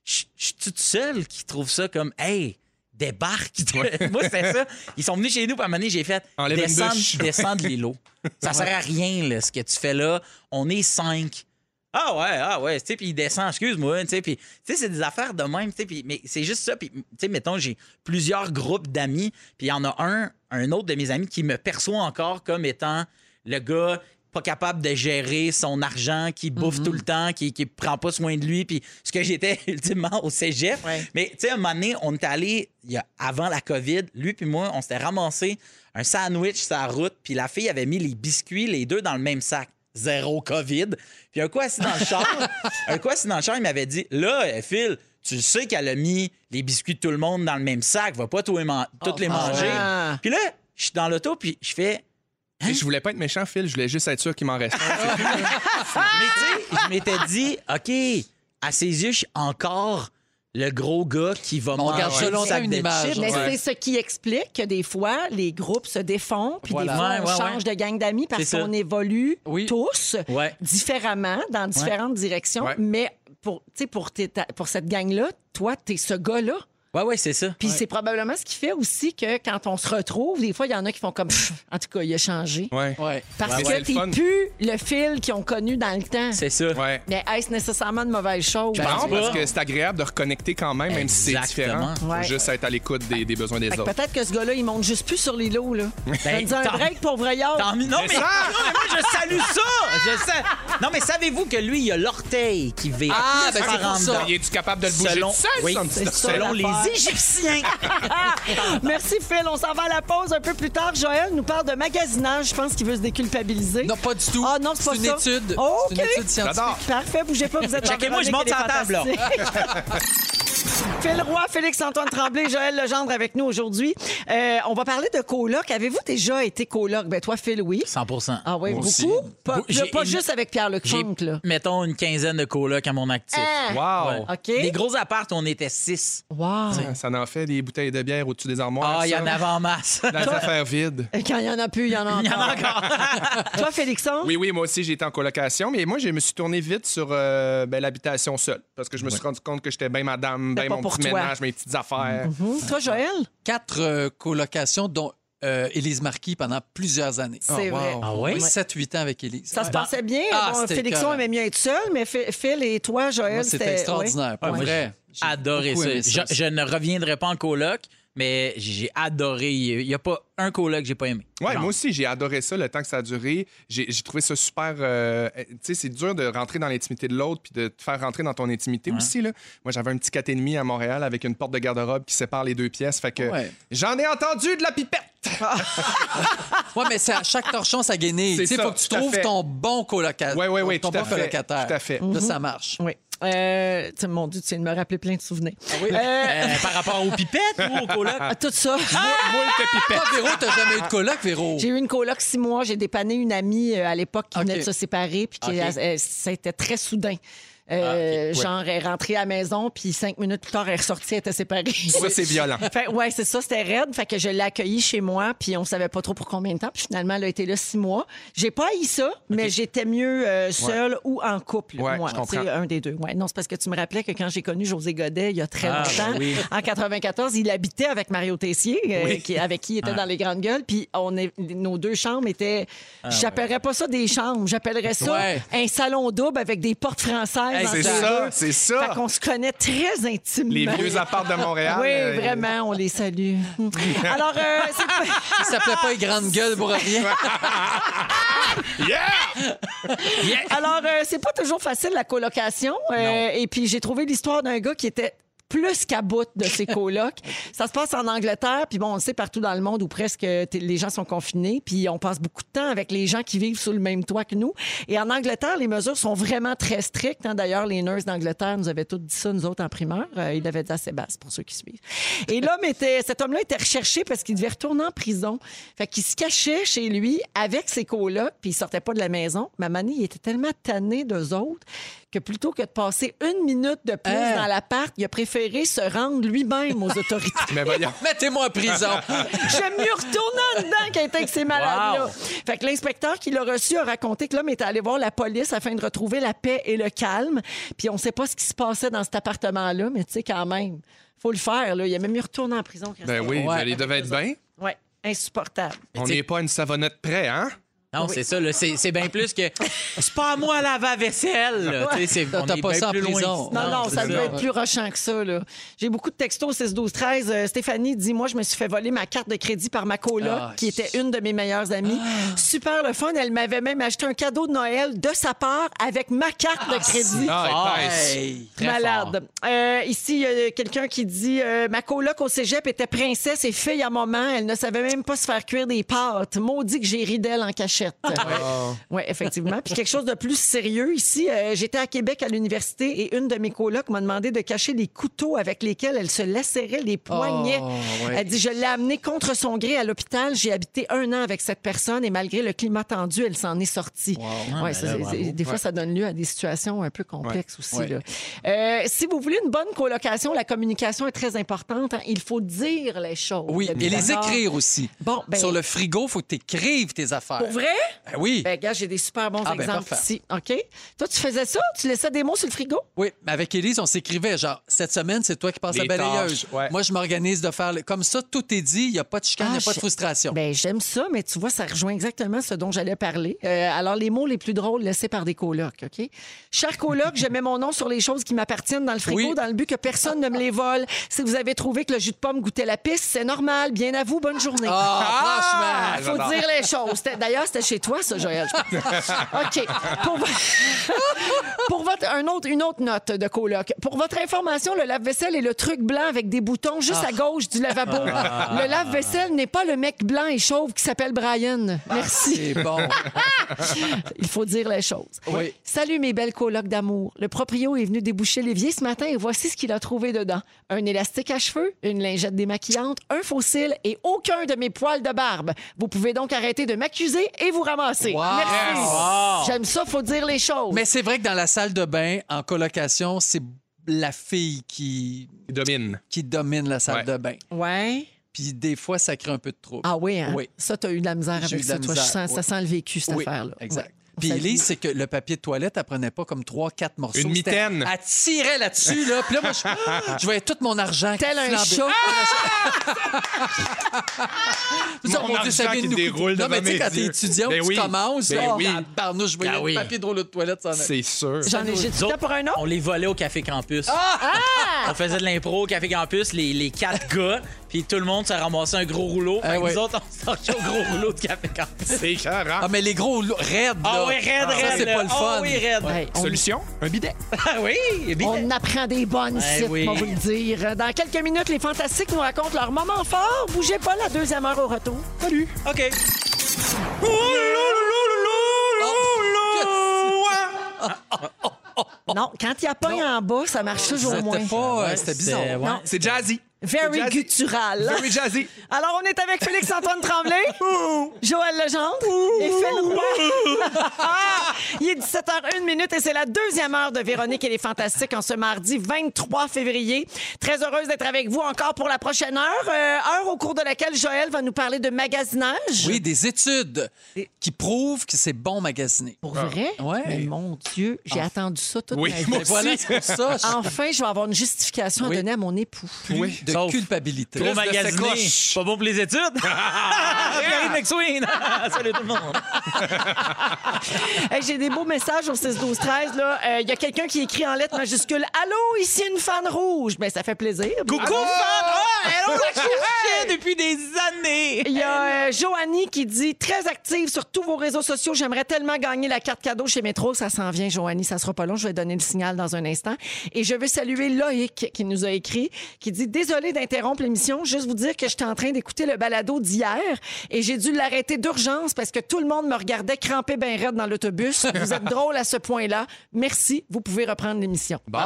E: je je suis toute seule qui trouve ça comme Hey,
C: (laughs)
E: débarque. (laughs) moi, c'était ça. Ils sont venus chez nous, puis à un moment donné, j'ai fait
C: Enlève une
E: descendre,
C: douche.
E: descendre l'îlot. Ça sert à rien, là, ce que tu fais là. On est cinq. Ah ouais, ah ouais, tu sais, puis il descend, excuse-moi, tu sais, puis tu sais, c'est des affaires de même, tu sais, puis mais c'est juste ça, puis tu sais, mettons, j'ai plusieurs groupes d'amis, puis il y en a un, un autre de mes amis qui me perçoit encore comme étant le gars pas capable de gérer son argent, qui bouffe tout le temps, qui, qui prend pas soin de lui, puis ce que j'étais (laughs) ultimement au cégep. Mais tu sais, à un moment donné, on est allé, il y a- avant la COVID, lui puis moi, on s'était ramassé un sandwich sur la route, puis la fille avait mis les biscuits, les deux, dans le même sac. zéro COVID. Puis un coup assis dans le char, un coup assis dans le char, il m'avait dit Là, euh, Phil, tu le sais qu'elle a mis les biscuits de tout le monde dans le même sac, va pas tous les, man- toutes les manger.
H: ah.
E: Puis là, je suis dans l'auto, puis je fais
C: Et je voulais pas être méchant, Phil. Je voulais juste être sûr qu'il m'en reste.
E: (laughs)
C: un.
E: Mais tu sais, je m'étais dit, OK, à ses yeux, je suis encore le gros gars qui va
A: On
E: manger
A: garde ça
E: un
A: longtemps,
E: sac
A: une
E: de
A: image.
E: chips.
A: Ouais.
B: Mais c'est ce qui explique que des fois, les groupes se défont, puis
E: Voilà.
B: des fois,
E: Ouais,
B: on
E: ouais,
B: change de gang d'amis parce
E: C'est ça.
B: qu'on évolue
A: Oui.
B: tous
E: Ouais.
B: différemment, dans différentes directions.
C: Ouais.
B: Mais pour, tu sais, pour, tes- ta- pour cette gang-là, toi, t'es ce gars-là.
E: Ouais, ouais, c'est ça.
B: Puis c'est probablement ce qui fait aussi que quand on se retrouve, des fois, il y en a qui font comme, Pff, en tout cas, il a changé.
C: Ouais.
A: Ouais.
B: Parce
C: Ouais, ouais.
B: que
C: C'est le fun.
B: t'es plus le fil qu'ils ont connu dans le temps.
E: C'est ça.
C: Ouais.
B: Mais est-ce nécessairement de mauvaise chose?
C: Non,
E: pense
C: parce
E: pas.
C: que c'est agréable de reconnecter quand même, même si c'est
E: Exactement.
C: différent. Faut
B: Ouais.
C: Juste être à l'écoute des, des besoins des
B: Fait que
C: autres.
B: peut-être que ce gars-là, il monte juste plus sur les lots, là.
E: (laughs) Ben,
B: Donne-nous un
E: tant-
B: break, pauvre Yard.
E: tant mieux. Non, mais,
C: ça!
E: non, mais moi, je salue ça! Je sais. Non, mais savez-vous que lui, il a l'orteil qui vire
A: Ah, ben,
E: par
A: c'est pour
E: en
A: ça.
E: dedans.
A: peut-
C: Es-tu capable de le bouger
E: Selon-
C: tout seul,
E: oui,
C: son petit
E: c'est
C: dorsal?
E: ça, Selon
B: l'affaire.
E: les Égyptiens.
B: (laughs) Merci, Phil. On s'en va à la pause un peu plus tard. Joël nous parle de magasinage. Je pense qu'il veut se déculpabiliser.
A: Non, pas du tout.
B: Ah non, c'est pas
A: une
B: ça.
A: étude.
B: OK.
A: C'est une étude scientifique.
C: J'adore.
B: Parfait, bougez pas, vous êtes dans
E: Checkez-moi, je
B: Véronique,
E: monte
B: elle est
E: sur la
B: fantastique. Phil Roy, Félix-Antoine Tremblay, Joël Legendre avec nous aujourd'hui. Euh, on va parler de coloc. Avez-vous déjà été coloc? Ben toi, Phil, oui.
E: 100
B: Ah oui,
C: Moi
B: beaucoup.
C: aussi.
B: Pas,
E: Bou- j'ai
B: pas
E: une-
B: juste avec Pierre
E: J'ai,
B: Leconte, là.
E: mettons, une quinzaine de colocs à mon actif.
B: Hein?
C: Wow! Ah,
E: Ouais.
B: OK.
E: Des gros appartes, on était six.
B: Wow.
C: Ça en fait des bouteilles de bière au-dessus des armoires.
E: Ah, il y
C: ça.
E: en avait en masse.
C: Dans les affaires vides.
B: Et Quand il n'y en a plus, il y en a encore.
E: Il y en a encore.
B: (laughs) Toi, Félixon?
C: Oui, oui, moi aussi, j'ai été en colocation, mais moi, je me suis tourné vite sur euh, ben, l'habitation seule, parce que je me suis rendu compte que j'étais bien madame,
B: C'était
C: bien
B: pas
C: mon
B: pour
C: petit
B: toi.
C: ménage, mes petites affaires.
B: Hum, Toi, Joël?
A: Quatre euh, colocations, dont euh, Élise Marquis pendant plusieurs années. Oh,
B: C'est vrai.
E: Ah oui?
A: Oui, 7-8 ans avec Élise.
B: Ça se
A: Ouais.
B: passait bien.
A: Ah,
B: bon,
A: c'était
B: Félixon
A: écœurant.
B: aimait mieux être seul, mais Phi- Phil et toi, Joël,
A: Moi, C'était extraordinaire. Pour
E: Ouais, moi,
A: vrai. J'ai
E: adoré
A: beaucoup
E: ça.
A: aimé
E: Je, je ne reviendrai pas en coloc, mais j'ai adoré. Il n'y a pas un coloc que j'ai pas aimé.
C: Ouais,
E: Non.
C: moi aussi, j'ai adoré ça, le temps que ça a duré. J'ai j'ai trouvé ça super. euh, euh, tu sais, c'est dur de rentrer dans l'intimité de l'autre puis de te faire rentrer dans ton intimité aussi. Là. Moi, j'avais un petit 4,5 à Montréal avec une porte de garde-robe qui sépare les deux pièces. Fait que
A: Ouais.
C: j'en ai entendu de la pipette!
A: Ouais, mais c'est à chaque torchon sa guenille.
C: C'est
A: Tu sais,
C: ça,
A: faut que tu
C: tout à
A: trouves
C: fait.
A: ton bon colocataire.
C: Ouais, ouais, ouais,
A: ton
C: tout à
A: bon
C: fait,
A: colocataire.
C: tout à fait. Mm-hmm.
A: Là, ça marche.
B: Oui. Euh, tu sais, mon Dieu, tu viens de me rappeler plein de souvenirs.
C: Ah
E: Euh, par rapport aux pipettes ou aux colocs?
B: Ah, tout ça.
A: Toi, Véro, t'as jamais eu de coloc, Véro?
B: J'ai eu une coloc six mois. J'ai dépanné une amie euh, à l'époque qui venait
A: OK.
B: de se séparer, puis qui,
A: OK. Ah,
B: elle- ça a été très soudain. Euh, Genre, elle est rentrée à la maison, puis cinq minutes plus tard, elle est ressortie, elle était séparée.
C: Ça, c'est violent.
B: Fait- ouais, c'est ça, c'était raide. Fait que je l'ai accueillie chez moi, puis on savait pas trop pour combien de temps. Puis finalement, elle a été là six mois. J'ai pas haï ça, mais j'étais mieux euh, seule ou en couple,
C: Ouais,
B: moi.
C: je comprends.
B: C'est un des deux. Ouais. Non, c'est parce que tu me rappelais que quand j'ai connu José Godet il y a très
E: Ah,
B: longtemps,
C: ben
E: oui.
B: en 94, il habitait avec Mario Tessier, euh, qui, avec qui il
C: Ah.
B: était dans les grandes gueules. Puis on est, nos deux chambres étaient.
C: Ah,
B: J'appellerais pas ça des chambres, j'appellerais ça
A: Ouais.
B: un salon double avec des portes françaises.
A: Hey,
B: entre
C: C'est
B: les
C: ça,
B: deux.
C: c'est ça.
B: Fait qu'on se connaît très intimement.
C: Les vieux apparts de Montréal.
B: Oui,
C: euh,
B: vraiment, on les salue. Alors, euh, c'est-
A: Il s'appelait pas les grandes gueules pour rien.
B: alors euh, c'est pas toujours facile la colocation. Euh, et puis j'ai trouvé l'histoire d'un gars qui était plus qu'à bout de ses colocs. Ça se passe en Angleterre, puis bon, on le sait partout dans le monde où presque euh, t'es- les gens sont confinés, puis on passe beaucoup de temps avec les gens qui vivent sous le même toit que nous. Et en Angleterre, les mesures sont vraiment très strictes. hein. D'ailleurs, les nurses d'Angleterre nous avaient toutes dit ça, nous autres, en primaire. Euh, il avait dit à Sébastien, pour ceux qui suivent. Et l'homme était, cet homme-là était recherché parce qu'il devait retourner en prison. Fait qu'il se cachait chez lui avec ses colocs, puis il sortait pas de la maison. Ma manie, il était tellement tanné d'eux autres que plutôt que de passer une minute de plus
A: Hein?
B: dans l'appart, il a préféré se rendre lui-même aux autorités.
C: Mais voyons.
A: (laughs) Mettez-moi
C: (laughs)
A: en prison.
B: J'aime mieux retourner en dedans qu'être avec ces malades-là.
E: Wow.
B: Fait que l'inspecteur qui l'a reçu a raconté que l'homme était allé voir la police afin de retrouver la paix et le calme. Puis on sait pas ce qui se passait dans cet appartement-là, mais tu sais, quand même, faut le faire. Là. Il a même mieux retourner en prison. que
C: Ben
B: rester.
C: oui,
A: Ouais.
C: vous allez devez être bien.
B: Ouais, insupportable.
C: On n'est pas à une savonnette près, hein?
E: Non, c'est ça. là, C'est c'est bien plus que c'est pas à moi la vaisselle. là. Tu sais, c'est-
A: T'as-
E: on
A: t'as
E: est
A: pas
E: bien
A: ça en
E: plus loin
A: prison.
E: ici.
B: Non, non,
A: c'est
B: ça devait
A: ça.
B: être plus rochant que ça. là. J'ai beaucoup de textos 6, 12, 13. Euh, Stéphanie dit Moi, je me suis fait voler ma carte de crédit par ma coloc,
A: Ah,
B: qui était une de mes meilleures amies. Super le fun. Elle m'avait même acheté un cadeau de Noël de sa part avec ma carte de crédit.
C: Ah, épaisse.
E: Hey, très
B: Malade. Euh, ici, il y a quelqu'un qui dit euh, Ma coloc au cégep était princesse et fille à moment. Elle ne savait même pas se faire cuire des pâtes. Maudit que j'ai ri d'elle en pochette. Oui, effectivement. Puis quelque chose de plus sérieux ici. euh, J'étais à Québec à l'université et une de mes colocs m'a demandé de cacher les couteaux avec lesquels elle se lacérait les poignets.
A: ouais.
B: Elle dit Je l'ai amené contre son gré à l'hôpital. J'ai habité un an avec cette personne et malgré le climat tendu, elle s'en est sortie.
A: Ah,
B: Ouais,
A: ben
B: ça, c'est- c'est- des fois, ça donne lieu à des situations un peu complexes aussi.
A: Ouais.
B: là. Euh, si vous voulez une bonne colocation, la communication est très importante. hein. Il faut dire les choses.
A: Oui, et les
B: D'accord.
A: écrire aussi.
B: Bon, ben-
A: Sur le frigo, faut que tu écrives tes affaires.
B: Pour vrai?
A: Ben oui.
B: Ben, gars, j'ai des super bons
A: Ah, ben,
B: exemples
A: parfait.
B: ici. OK? Toi, tu faisais ça? Tu laissais des mots sur le frigo?
A: Oui, mais avec Élise, on s'écrivait genre cette semaine, c'est toi qui passes
C: Les
A: la balayeuse.
C: tâches, ouais.
A: Moi, je m'organise de faire le- comme ça, tout est dit, il n'y a pas de chicane, il
B: Ah,
A: n'y a pas de
B: je-
A: frustration.
B: Ben, j'aime ça, mais tu vois, ça rejoint exactement ce dont j'allais parler. Euh, alors, les mots les plus drôles laissés par des colocs, OK? Cher coloc, je mets mon nom sur les choses qui m'appartiennent dans le frigo
A: Oui.
B: dans le but que personne ne me les vole. Si vous avez trouvé que le jus de pomme goûtait la pisse, c'est normal. Bien à vous, bonne journée.
A: Ah,
B: Il faut dire les choses. C'était- D'ailleurs, c'était chez toi, ça, Joël. je pense. OK. Pour, vo- (laughs) Pour votre... un autre, une autre note de coloc. Pour votre information, le lave-vaisselle est le truc blanc avec des boutons juste à gauche du lavabo. Le lave-vaisselle n'est pas le mec blanc et chauve qui s'appelle Brian. Merci.
A: C'est bon.
B: Il faut dire les choses.
A: Oui.
B: Salut mes belles colocs d'amour. Le proprio est venu déboucher l'évier ce matin et voici ce qu'il a trouvé dedans. Un élastique à cheveux, une lingette démaquillante, un fossile et aucun de mes poils de barbe. Vous pouvez donc arrêter de m'accuser et vous ramasser.
A: Wow.
B: Merci.
A: Yes.
B: J'aime ça, faut dire les choses.
A: Mais c'est vrai que dans la salle de bain, en colocation, c'est la fille qui,
C: Il domine.
A: qui domine la salle
C: Ouais.
A: de bain.
B: Ouais.
A: Puis des fois, ça crée un peu de trouble.
B: Ah oui, hein?
A: Oui.
B: Ça, t'as eu de la misère
A: J'ai eu
B: avec
A: de
B: ça.
A: la
B: toi. Je
A: misère,
B: sens- Ça
A: oui.
B: sent le vécu, cette
A: Oui,
B: affaire-là.
A: Exact.
B: On
A: Puis
B: salue.
A: Elise, c'est que le papier de toilette, elle prenait pas comme trois, quatre morceaux.
C: Une
A: C'était-
C: mitaine.
A: Elle tirait là-dessus, là. Puis là, moi, je,
C: (laughs)
A: Ah! Je voyais tout mon argent qui
B: Tel un
A: flambait.
B: chat.
C: (laughs)
A: Puis ça,
C: Mon
A: mon Dieu, ça
C: argent
A: vient
C: qui
A: de nous coûter.
C: déroule
A: Non, mais
C: devant
A: tu sais,
C: mes
A: quand t'es
C: yeux.
A: étudiant,
C: Ben
A: tu
C: oui.
A: commences,
C: Ben
A: là,
C: oui. Ah
A: par nous, je voyais
E: Ben
A: le
E: oui.
A: papier de rouleau de toilette s'en aller.
C: C'est sûr.
B: J'en ai j'ai du temps pour un autre.
E: On les volait au Café Campus. On faisait de l'impro au Café Campus, les, les quatre gars, puis tout le monde se ramassait un gros rouleau. Fait
A: Eh
E: que
A: ouais.
E: Nous autres, on sortait au gros rouleau de Café Campus.
C: C'est carré.
A: Ah, mais les gros lou- raides,
E: Ah
A: là.
E: oui, raide,
A: Ça,
E: raide.
A: c'est
E: là.
A: pas le
E: Ah
A: fun.
E: oui, raide.
B: Hey, on-
C: Solution? Un bidet.
E: Ah oui, bien.
B: On apprend des bonnes
E: Eh
B: sites,
E: oui.
B: on va vous le dire. Dans quelques minutes, les Fantastiques nous racontent leur moment fort. Bougez pas la deuxième heure au retour. Salut!
E: OK.
B: Non, quand il y a pas en bas, ça marche toujours moins.
A: Ah, C'était pas... euh, C'était bizarre.
E: C'est- ouais.
B: Non.
C: C'est jazzy.
B: Very
C: Jazzy.
B: guttural.
C: Very jazzy.
B: Alors, on est avec Félix-Antoine Tremblay, Joël Legendre et Phil Roy. Ah! Il est 17h01 minute et c'est la deuxième heure de Véronique et les Fantastiques en ce mardi 23 février. Très heureuse d'être avec vous encore pour la prochaine heure. Euh, heure au cours de laquelle Joël va nous parler de magasinage.
A: Oui, des études qui prouvent que c'est bon magasiner.
B: Pour vrai?
A: Ah. Ouais.
B: Mais mon Dieu, j'ai attendu ça toute
C: Oui,
B: ma vie.
C: moi
A: Mais voilà, c'est pour ça. je-
B: Enfin, je vais avoir une justification
A: Oui.
B: à donner à mon époux.
A: Plus de
E: Sauf-
A: culpabilité.
E: Trop
A: Plus de
E: magasiné.
A: sécoche.
E: Pas bon pour les études. Karine McSween. Salut tout le monde.
B: (laughs) Hey, J'ai des beaux messages au 6 12 13 là. Euh, Il y a quelqu'un qui écrit en lettres majuscules Allô, ici une fan rouge. Ben ça fait plaisir.
E: Coucou, fan! Oh, elle, on la cherchait depuis des années!
B: Il y a euh, Joanie qui dit très active sur tous vos réseaux sociaux. J'aimerais tellement gagner la carte cadeau chez Métro. Ça s'en vient, Joanie. Ça sera pas long. Je vais donner le signal dans un instant. Et je veux saluer Loïc qui nous a écrit, qui dit désolé d'interrompre l'émission. Juste vous dire que j'étais en train d'écouter le balado d'hier et j'ai dû l'arrêter d'urgence parce que tout le monde me regardait cramper ben raide dans l'autobus. Vous êtes drôle à ce point-là. Merci. Vous pouvez reprendre l'émission.
C: Bon.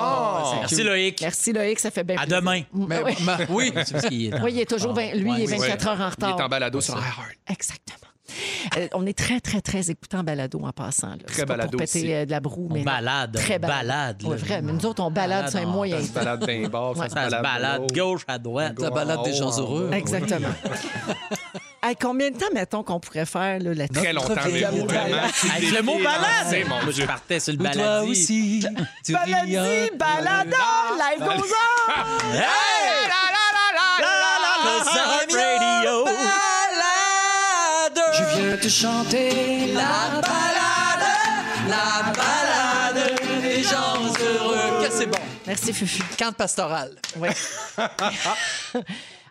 E: Merci Loïc.
B: Merci Loïc. Ça fait bien.
E: À
B: plaisir.
E: demain.
A: Mais,
B: Oui.
A: ma- oui.
B: Oui, il est toujours vingt- lui, il
E: Ouais,
B: est 24 heures en
C: Ah. Il est
B: retard.
C: en balado sur iHeart.
B: Exactement. Euh, on est très, très, très écoutant balado en passant. Là. C'est pas
C: balado
B: Pour péter
C: aussi.
B: euh, de la broue, mais.
E: balade,
B: Très
E: on balade,
B: Ouais,
E: là.
B: vrai. Mais nous autres, on
E: Balade
B: balade, c'est un
E: en-
B: moyen.
C: Ça se balade d'un bord, ça se
E: Ça se balade
C: de l'autre.
E: gauche à droite.
A: Ça balade des gens heureux.
B: Exactement. Hey, combien de temps, mettons, qu'on pourrait faire là, la
C: Très longtemps, mais
B: Balade.
C: vraiment. c'est
E: Avec le mot
C: défiant. C'est
E: balade!
C: mon
E: Moi, je
C: Dieu.
E: partais sur le
A: Ou Toi
E: baladi.
A: aussi, tu riais.
B: Baladi, balada, live goes on!
E: Hey! Cause I'm radio.
I: Je viens te chanter la balade, la balade des gens heureux.
A: Que c'est bon.
B: Merci, Fufu.
A: Camp pastoral.
B: Oui. (laughs)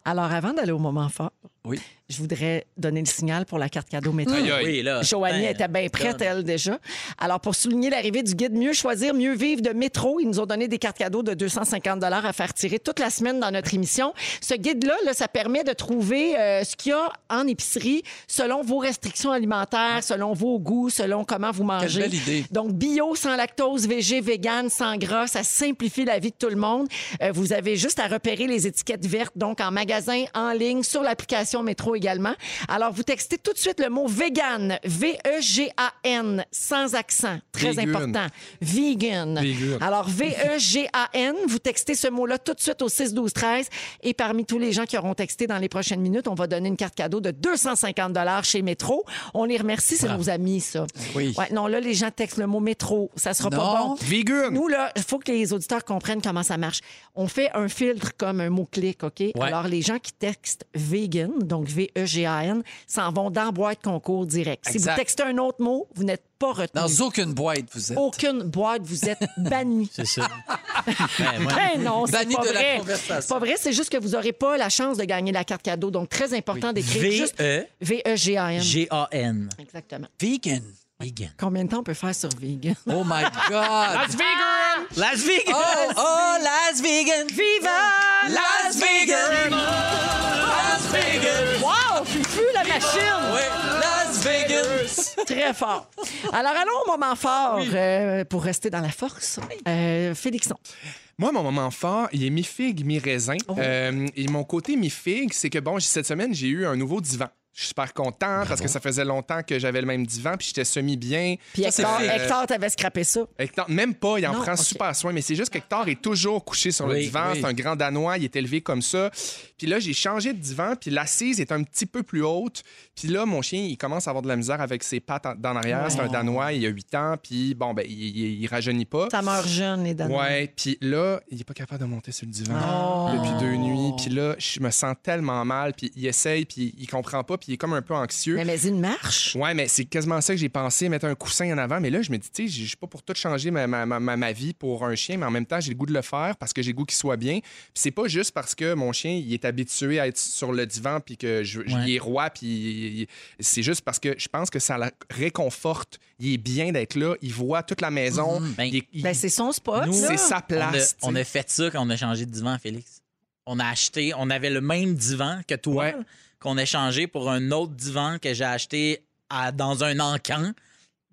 B: Alors, avant d'aller au moment fort,
A: Oui.
B: je voudrais donner le signal pour la carte cadeau métro.
C: Aïe, aïe.
E: Oui, là.
B: Joanie
E: Ben,
B: était bien prête, elle, déjà. Alors, pour souligner l'arrivée du guide Mieux choisir, mieux vivre de Métro, ils nous ont donné des cartes cadeaux de 250 à faire tirer toute la semaine dans notre émission. Ce guide-là, là, ça permet de trouver euh, ce qu'il y a en épicerie selon vos restrictions alimentaires, selon vos goûts, selon comment vous mangez.
A: belle idée.
B: Donc, bio, sans lactose, végé, vegan, sans gras, ça simplifie la vie de tout le monde. Euh, vous avez juste à repérer les étiquettes vertes, donc en magasin, en ligne, sur l'application Métro également. Alors, vous textez tout de suite le mot vegan, E V-E-G-A-N, sans accent, très
C: Vegan.
B: important. Vegan.
C: Vegan.
B: Alors, E V-E-G-A-N, vous textez ce mot-là tout de suite au 6-12-13. Et parmi tous les gens qui auront texté dans les prochaines minutes, on va donner une carte cadeau de 250 chez Métro. On les remercie, c'est nos amis, ça.
A: Oui.
B: Ouais, non, là, les gens textent le mot métro. Ça sera pas
A: Non.
B: bon.
C: Vegan.
B: Nous, là, il faut que les auditeurs comprennent comment ça marche. On fait un filtre comme un mot-clic, OK? Alors, les gens qui textent vegan, donc E V-E-G-A-N, s'en vont dans la boîte concours direct. Si
A: Exact.
B: vous textez un autre mot, vous n'êtes pas retenu.
A: Dans aucune boîte, vous êtes.
B: Aucune boîte, vous
A: (laughs)
B: êtes banni.
E: C'est
B: (laughs)
E: ça. Ben, moi,
B: Ben non, c'est
A: Banni
B: pas,
A: de la
B: vrai.
A: conversation.
B: C'est pas vrai, c'est juste que vous n'aurez pas la chance de gagner la carte cadeau. Donc, très important d'écrire juste
A: E
B: E
E: V-E-G-A-N.
B: V-E-G-A-N. Exactement.
A: Vegan.
E: Vegan.
B: Combien de temps on peut faire sur vegan?
A: Oh my God.
E: Las Vegas!
A: Oh, oh, Las Vegan.
B: Viva
A: Las Vegas. Las Vegas.
B: Wow, Fufu, la machine!
A: Oui, Las Vegas.
B: (laughs) Très fort. Alors, allons au moment fort euh, pour rester dans la force. Euh, Félixon.
C: Moi, mon moment fort, il est mi-figue, mi-raisin. Euh, et mon côté mi-figue, c'est que, bon, cette semaine, j'ai eu un nouveau divan. Je suis super content parce que ça faisait longtemps que j'avais le même divan, puis j'étais semi-bien.
B: Puis
A: c'est
B: Hector,
C: euh,
A: vrai.
B: Hector, t'avais scrappé ça.
C: Hector- même pas, il en
B: Non,
C: prend
B: ok.
C: super soin, mais c'est juste qu'Hector est toujours couché sur le
E: Oui,
C: divan.
A: oui.
C: C'est un grand danois, il est élevé comme ça. Puis là, j'ai changé de divan, puis l'assise est un petit peu plus haute. Puis là, mon chien, il commence à avoir de la misère avec ses pattes en, dans l'arrière. C'est un danois, il a 8 ans, puis bon, ben, il, il, il rajeunit pas.
B: Ça meurt jeune, les Danois.
C: Ouais, puis là, il est pas capable de monter sur le divan
B: Oh.
C: depuis deux nuits. Puis là, je me sens tellement mal. Puis il essaye, puis il comprend pas, puis il est comme un peu anxieux.
B: Mais, mais une marche.
C: Ouais, mais c'est quasiment ça que j'ai pensé, mettre un coussin en avant. Mais là, je me dis, tu sais, je suis pas pour tout changer ma, ma, ma, ma- ma vie pour un chien, mais en même temps, j'ai le goût de le faire parce que j'ai le goût qu'il soit bien. Puis c'est pas juste parce que mon chien, il est habitué à être sur le divan, puis que je, je-
E: Ouais.
C: il est roi, puis il- il- c'est juste parce que je pense que ça la réconforte. Il est bien d'être là, il voit toute la maison.
E: Ben,
C: il est- il-
B: Ben, c'est son spot.
E: Nous,
B: là.
C: c'est sa
E: On a,
C: place.
E: on
C: tu sais.
E: a fait ça quand on a changé de divan, Félix. On a acheté, on avait le même divan que toi,
C: Ouais.
E: qu'on a changé pour un autre divan que j'ai acheté à- dans un encan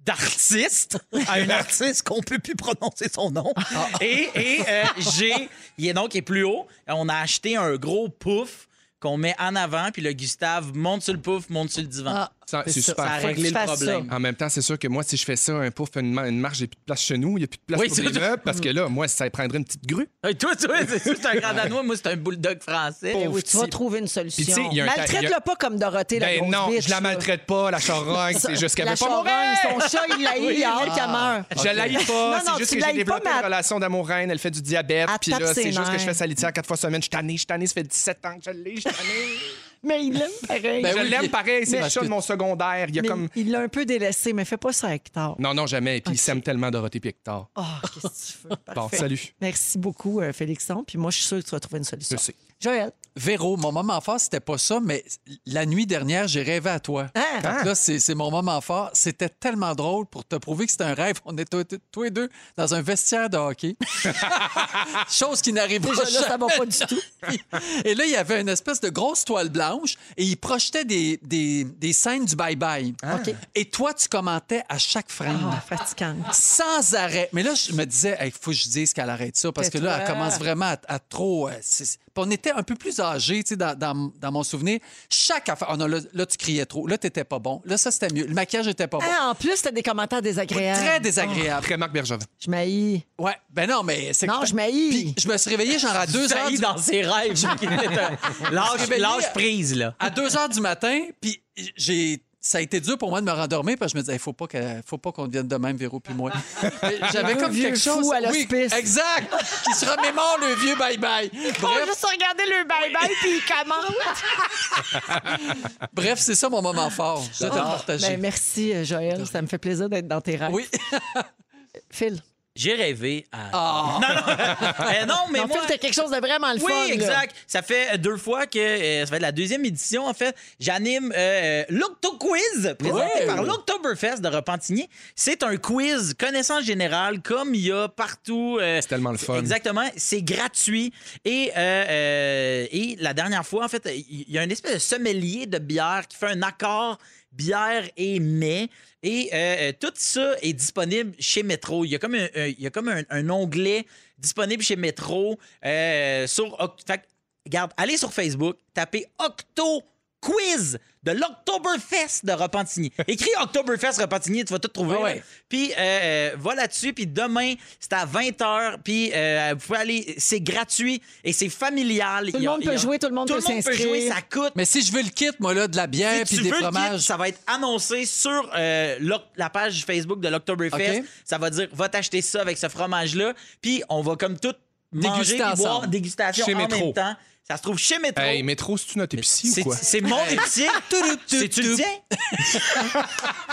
E: d'artiste à
C: (laughs)
E: une artiste qu'on peut plus prononcer son nom.
C: Ah.
E: Et, et, euh, j'ai, il est donc il est plus haut. On a acheté un gros pouf qu'on met en avant, puis le Gustave monte sur le pouf, monte sur le divan.
B: Ah,
C: Ça- c'est
E: ça,
C: super
E: a
C: fun.
E: réglé
B: Faut que
E: le
B: tu fasses
E: problème.
C: En même temps, c'est sûr que moi, si je fais ça, un pouf, une, ma- une marche, j'ai plus de place chez nous, il n'y a plus de place
E: Oui,
C: pour
E: c'est
C: des
E: ça.
C: meubles, parce que là, moi, ça prendrait une petite grue.
E: Hey, toi, toi, c'est c'est un
C: (laughs)
E: grand danois, moi c'est un bulldog français.
B: ben oui,
C: pauvre
B: tu vas
C: petit.
B: trouver une solution.
C: Puis tu sais, il y a un- il y
B: Maltraite-le
C: a-
B: pas comme Dorothée, la
C: Ben
B: grosse
C: non,
B: bitch,
C: je la
B: là.
C: maltraite
B: (laughs)
C: pas, la charogne, c'est juste qu'elle
B: La
C: veut pas mourir. Ah.
B: charogne, son chat, il
C: (laughs)
B: l'a il a hâte qu'elle meure.
C: Je la l'haïs pas,
B: Non, non,
C: c'est juste
B: tu
C: que
B: l'haïs
C: j'ai développé
B: pas, mais
C: une
B: elle-
C: relation d'amour-haine, elle fait du diabète,
B: Elle
C: puis
B: tape
C: là,
B: ses
C: c'est juste que je
B: nerfs.
C: fais sa litière quatre fois semaine, je suis tanné, je suis tanné, ça fait 17 ans que je l'ai, je
B: (laughs)
C: suis tanné.
B: Mais il l'aime pareil.
A: Ben
C: Je
A: oui,
C: l'aime
A: puis-
C: pareil, c'est
A: mais-
C: le chat de mon secondaire, il y a
B: Mais
C: comme...
B: Il l'a un peu délaissé, mais fais pas ça, Hector.
C: Non, non, jamais, puis il s'aime tellement Dorothée puis Hector.
B: Oh, qu'est-ce que tu veux?
C: Bon,
B: Parfait.
C: salut.
B: Merci beaucoup, euh, Félixon. Puis moi, je suis sûre que tu vas trouver une
C: Je
B: solution.
C: sais.
B: Joël.
A: Véro, mon moment fort, c'était pas ça, mais la nuit dernière, j'ai rêvé à toi.
B: Hein?
A: Fait que Là, c'est c'est mon moment fort. C'était tellement drôle pour te prouver que c'était un rêve. On était tous- tous les deux dans un vestiaire
B: (laughs)
A: de hockey. Chose qui n'arrivera
B: Déjà là, ça va
A: jamais.
B: pas du tout.
A: Et là, il y avait une espèce de grosse toile blanche et il projetait des, des, des scènes du bye-bye.
B: Ah. OK.
A: Et toi, tu commentais à chaque frame.
B: Ah, fatigante.
A: Sans arrêt. Mais là, je me disais, il faut que je dise qu'elle arrête ça parce que là, elle
B: Tais-toi.
A: commence vraiment à, à trop. euh, c'est- c'est- Puis on était un peu plus âgés, tu sais, dans, dans- dans mon souvenir. Chaque affaire. Ah non, là, là, tu criais trop. Là, t'étais pas bon. Là, ça, c'était mieux. Le maquillage était pas bon.
B: Ah, en plus, t'as des commentaires désagréables.
A: Très désagréable.
C: Après Marc Bergevin.
B: Je m'haïs.
A: Ouais. Ben non, mais c'est
B: Non,
A: que-
B: je m'haïs.
A: Puis je me suis réveillé
B: (laughs)
A: genre à deux heures.
E: Saillie
A: du-
E: dans ses rêves. (laughs) qui était un- lâche,
A: réveillé.
E: lâche prise, là.
A: À 2 heures du matin, puis j'ai. Ça a été dur pour moi de me rendormir parce que je me disais, il faut pas que- faut pas qu'on devienne de même, Véro puis
B: (laughs)
A: moi. Mais J'avais comme
B: vieux
A: quelque
B: fou
A: chose.
B: à
A: oui,
B: l'hospice.
A: exact. Qui se remémore le vieux bye-bye.
B: On
A: Bref,
B: juste regarder le bye-bye, puis il commence.
A: bref, c'est ça mon moment fort.
E: Ah,
B: Oh,
E: ben,
A: J'adore partager.
B: Ben, merci, euh, Joël. Ça me fait plaisir d'être dans tes rêves.
A: Oui.
B: Phil.
E: J'ai rêvé à.
A: Ah.
E: Non, (laughs) non. Euh, non, mais
B: En
E: moi.
B: fait, t'as quelque chose de vraiment le
E: Oui,
B: fun. là.
E: exact. Ça fait deux fois que. euh, ça fait la deuxième édition, en fait. J'anime euh, l'Octo Quiz, présenté
A: Ouais.
E: par l'Octoberfest de Repentigny. C'est un quiz connaissance générale, comme il y a partout. euh,
C: C'est tellement le fun.
E: Exactement. C'est gratuit. Et, euh, euh, et la dernière fois, en fait, il y a une espèce de sommelier de bière qui fait un accord bière et mets. Et euh, euh, tout ça est disponible chez Metro. Il y a comme un, un- il y a comme un, un onglet disponible chez Metro. euh, sur, Oct- fait que, regarde, allez sur Facebook, tapez Octo Quiz de l'Octoberfest de Repentigny. Écris Octoberfest Repentigny, tu vas tout trouver.
A: Ah ouais.
E: là. Puis euh, euh, va là-dessus. Puis demain, c'est à 20h. Puis euh, vous pouvez aller. C'est gratuit et c'est familial.
B: Tout le
E: Il y a-
B: monde
E: il y a-
B: peut jouer, tout le monde
E: Tout
B: peut
E: le monde peut
B: s'inscrire. euh,
E: jouer. Ça coûte.
A: Mais si je veux le kit, moi, là, de la
E: Si
A: bière puis
E: tu
A: des
E: veux le kit,
A: fromages.
E: ça va être annoncé sur euh, l'oc- la page Facebook de l'Octoberfest.
A: OK.
E: Ça va dire va t'acheter ça avec ce fromage-là. Puis on va comme tout manger
A: Déguster
E: et boire
A: ensemble.
E: dégustation
C: Chez
E: en
C: Métro.
E: même temps. Ça se trouve chez Métro.
C: Hey, métro, c'est-tu notre épicier
E: C'est
C: ou quoi?
E: c'est mon épicier.
B: (laughs)
E: C'est-tu le tien?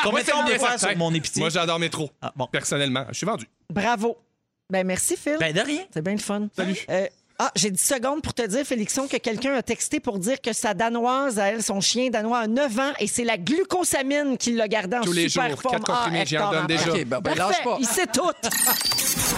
E: Combien de temps on peut faire sur mon épicier?
C: Moi, j'adore métro.
E: Ah, bon.
C: Personnellement, je suis vendu.
B: Bravo. Ben merci, Phil.
E: Ben de rien.
B: C'est bien le fun. Euh, ah, j'ai 10 secondes pour te dire, Félixon, que quelqu'un a texté pour dire que sa danoise, à elle, son chien danois, a 9 ans et c'est la glucosamine qui l'a gardé en
C: Tous les
B: super
C: jours,
B: forme. Ah,
C: quatre comprimés, j'y en
B: Hector,
C: donne
B: en
C: déjà.
A: OK, ben, ben,
B: Parfait,
A: lâche pas.
B: il sait tout.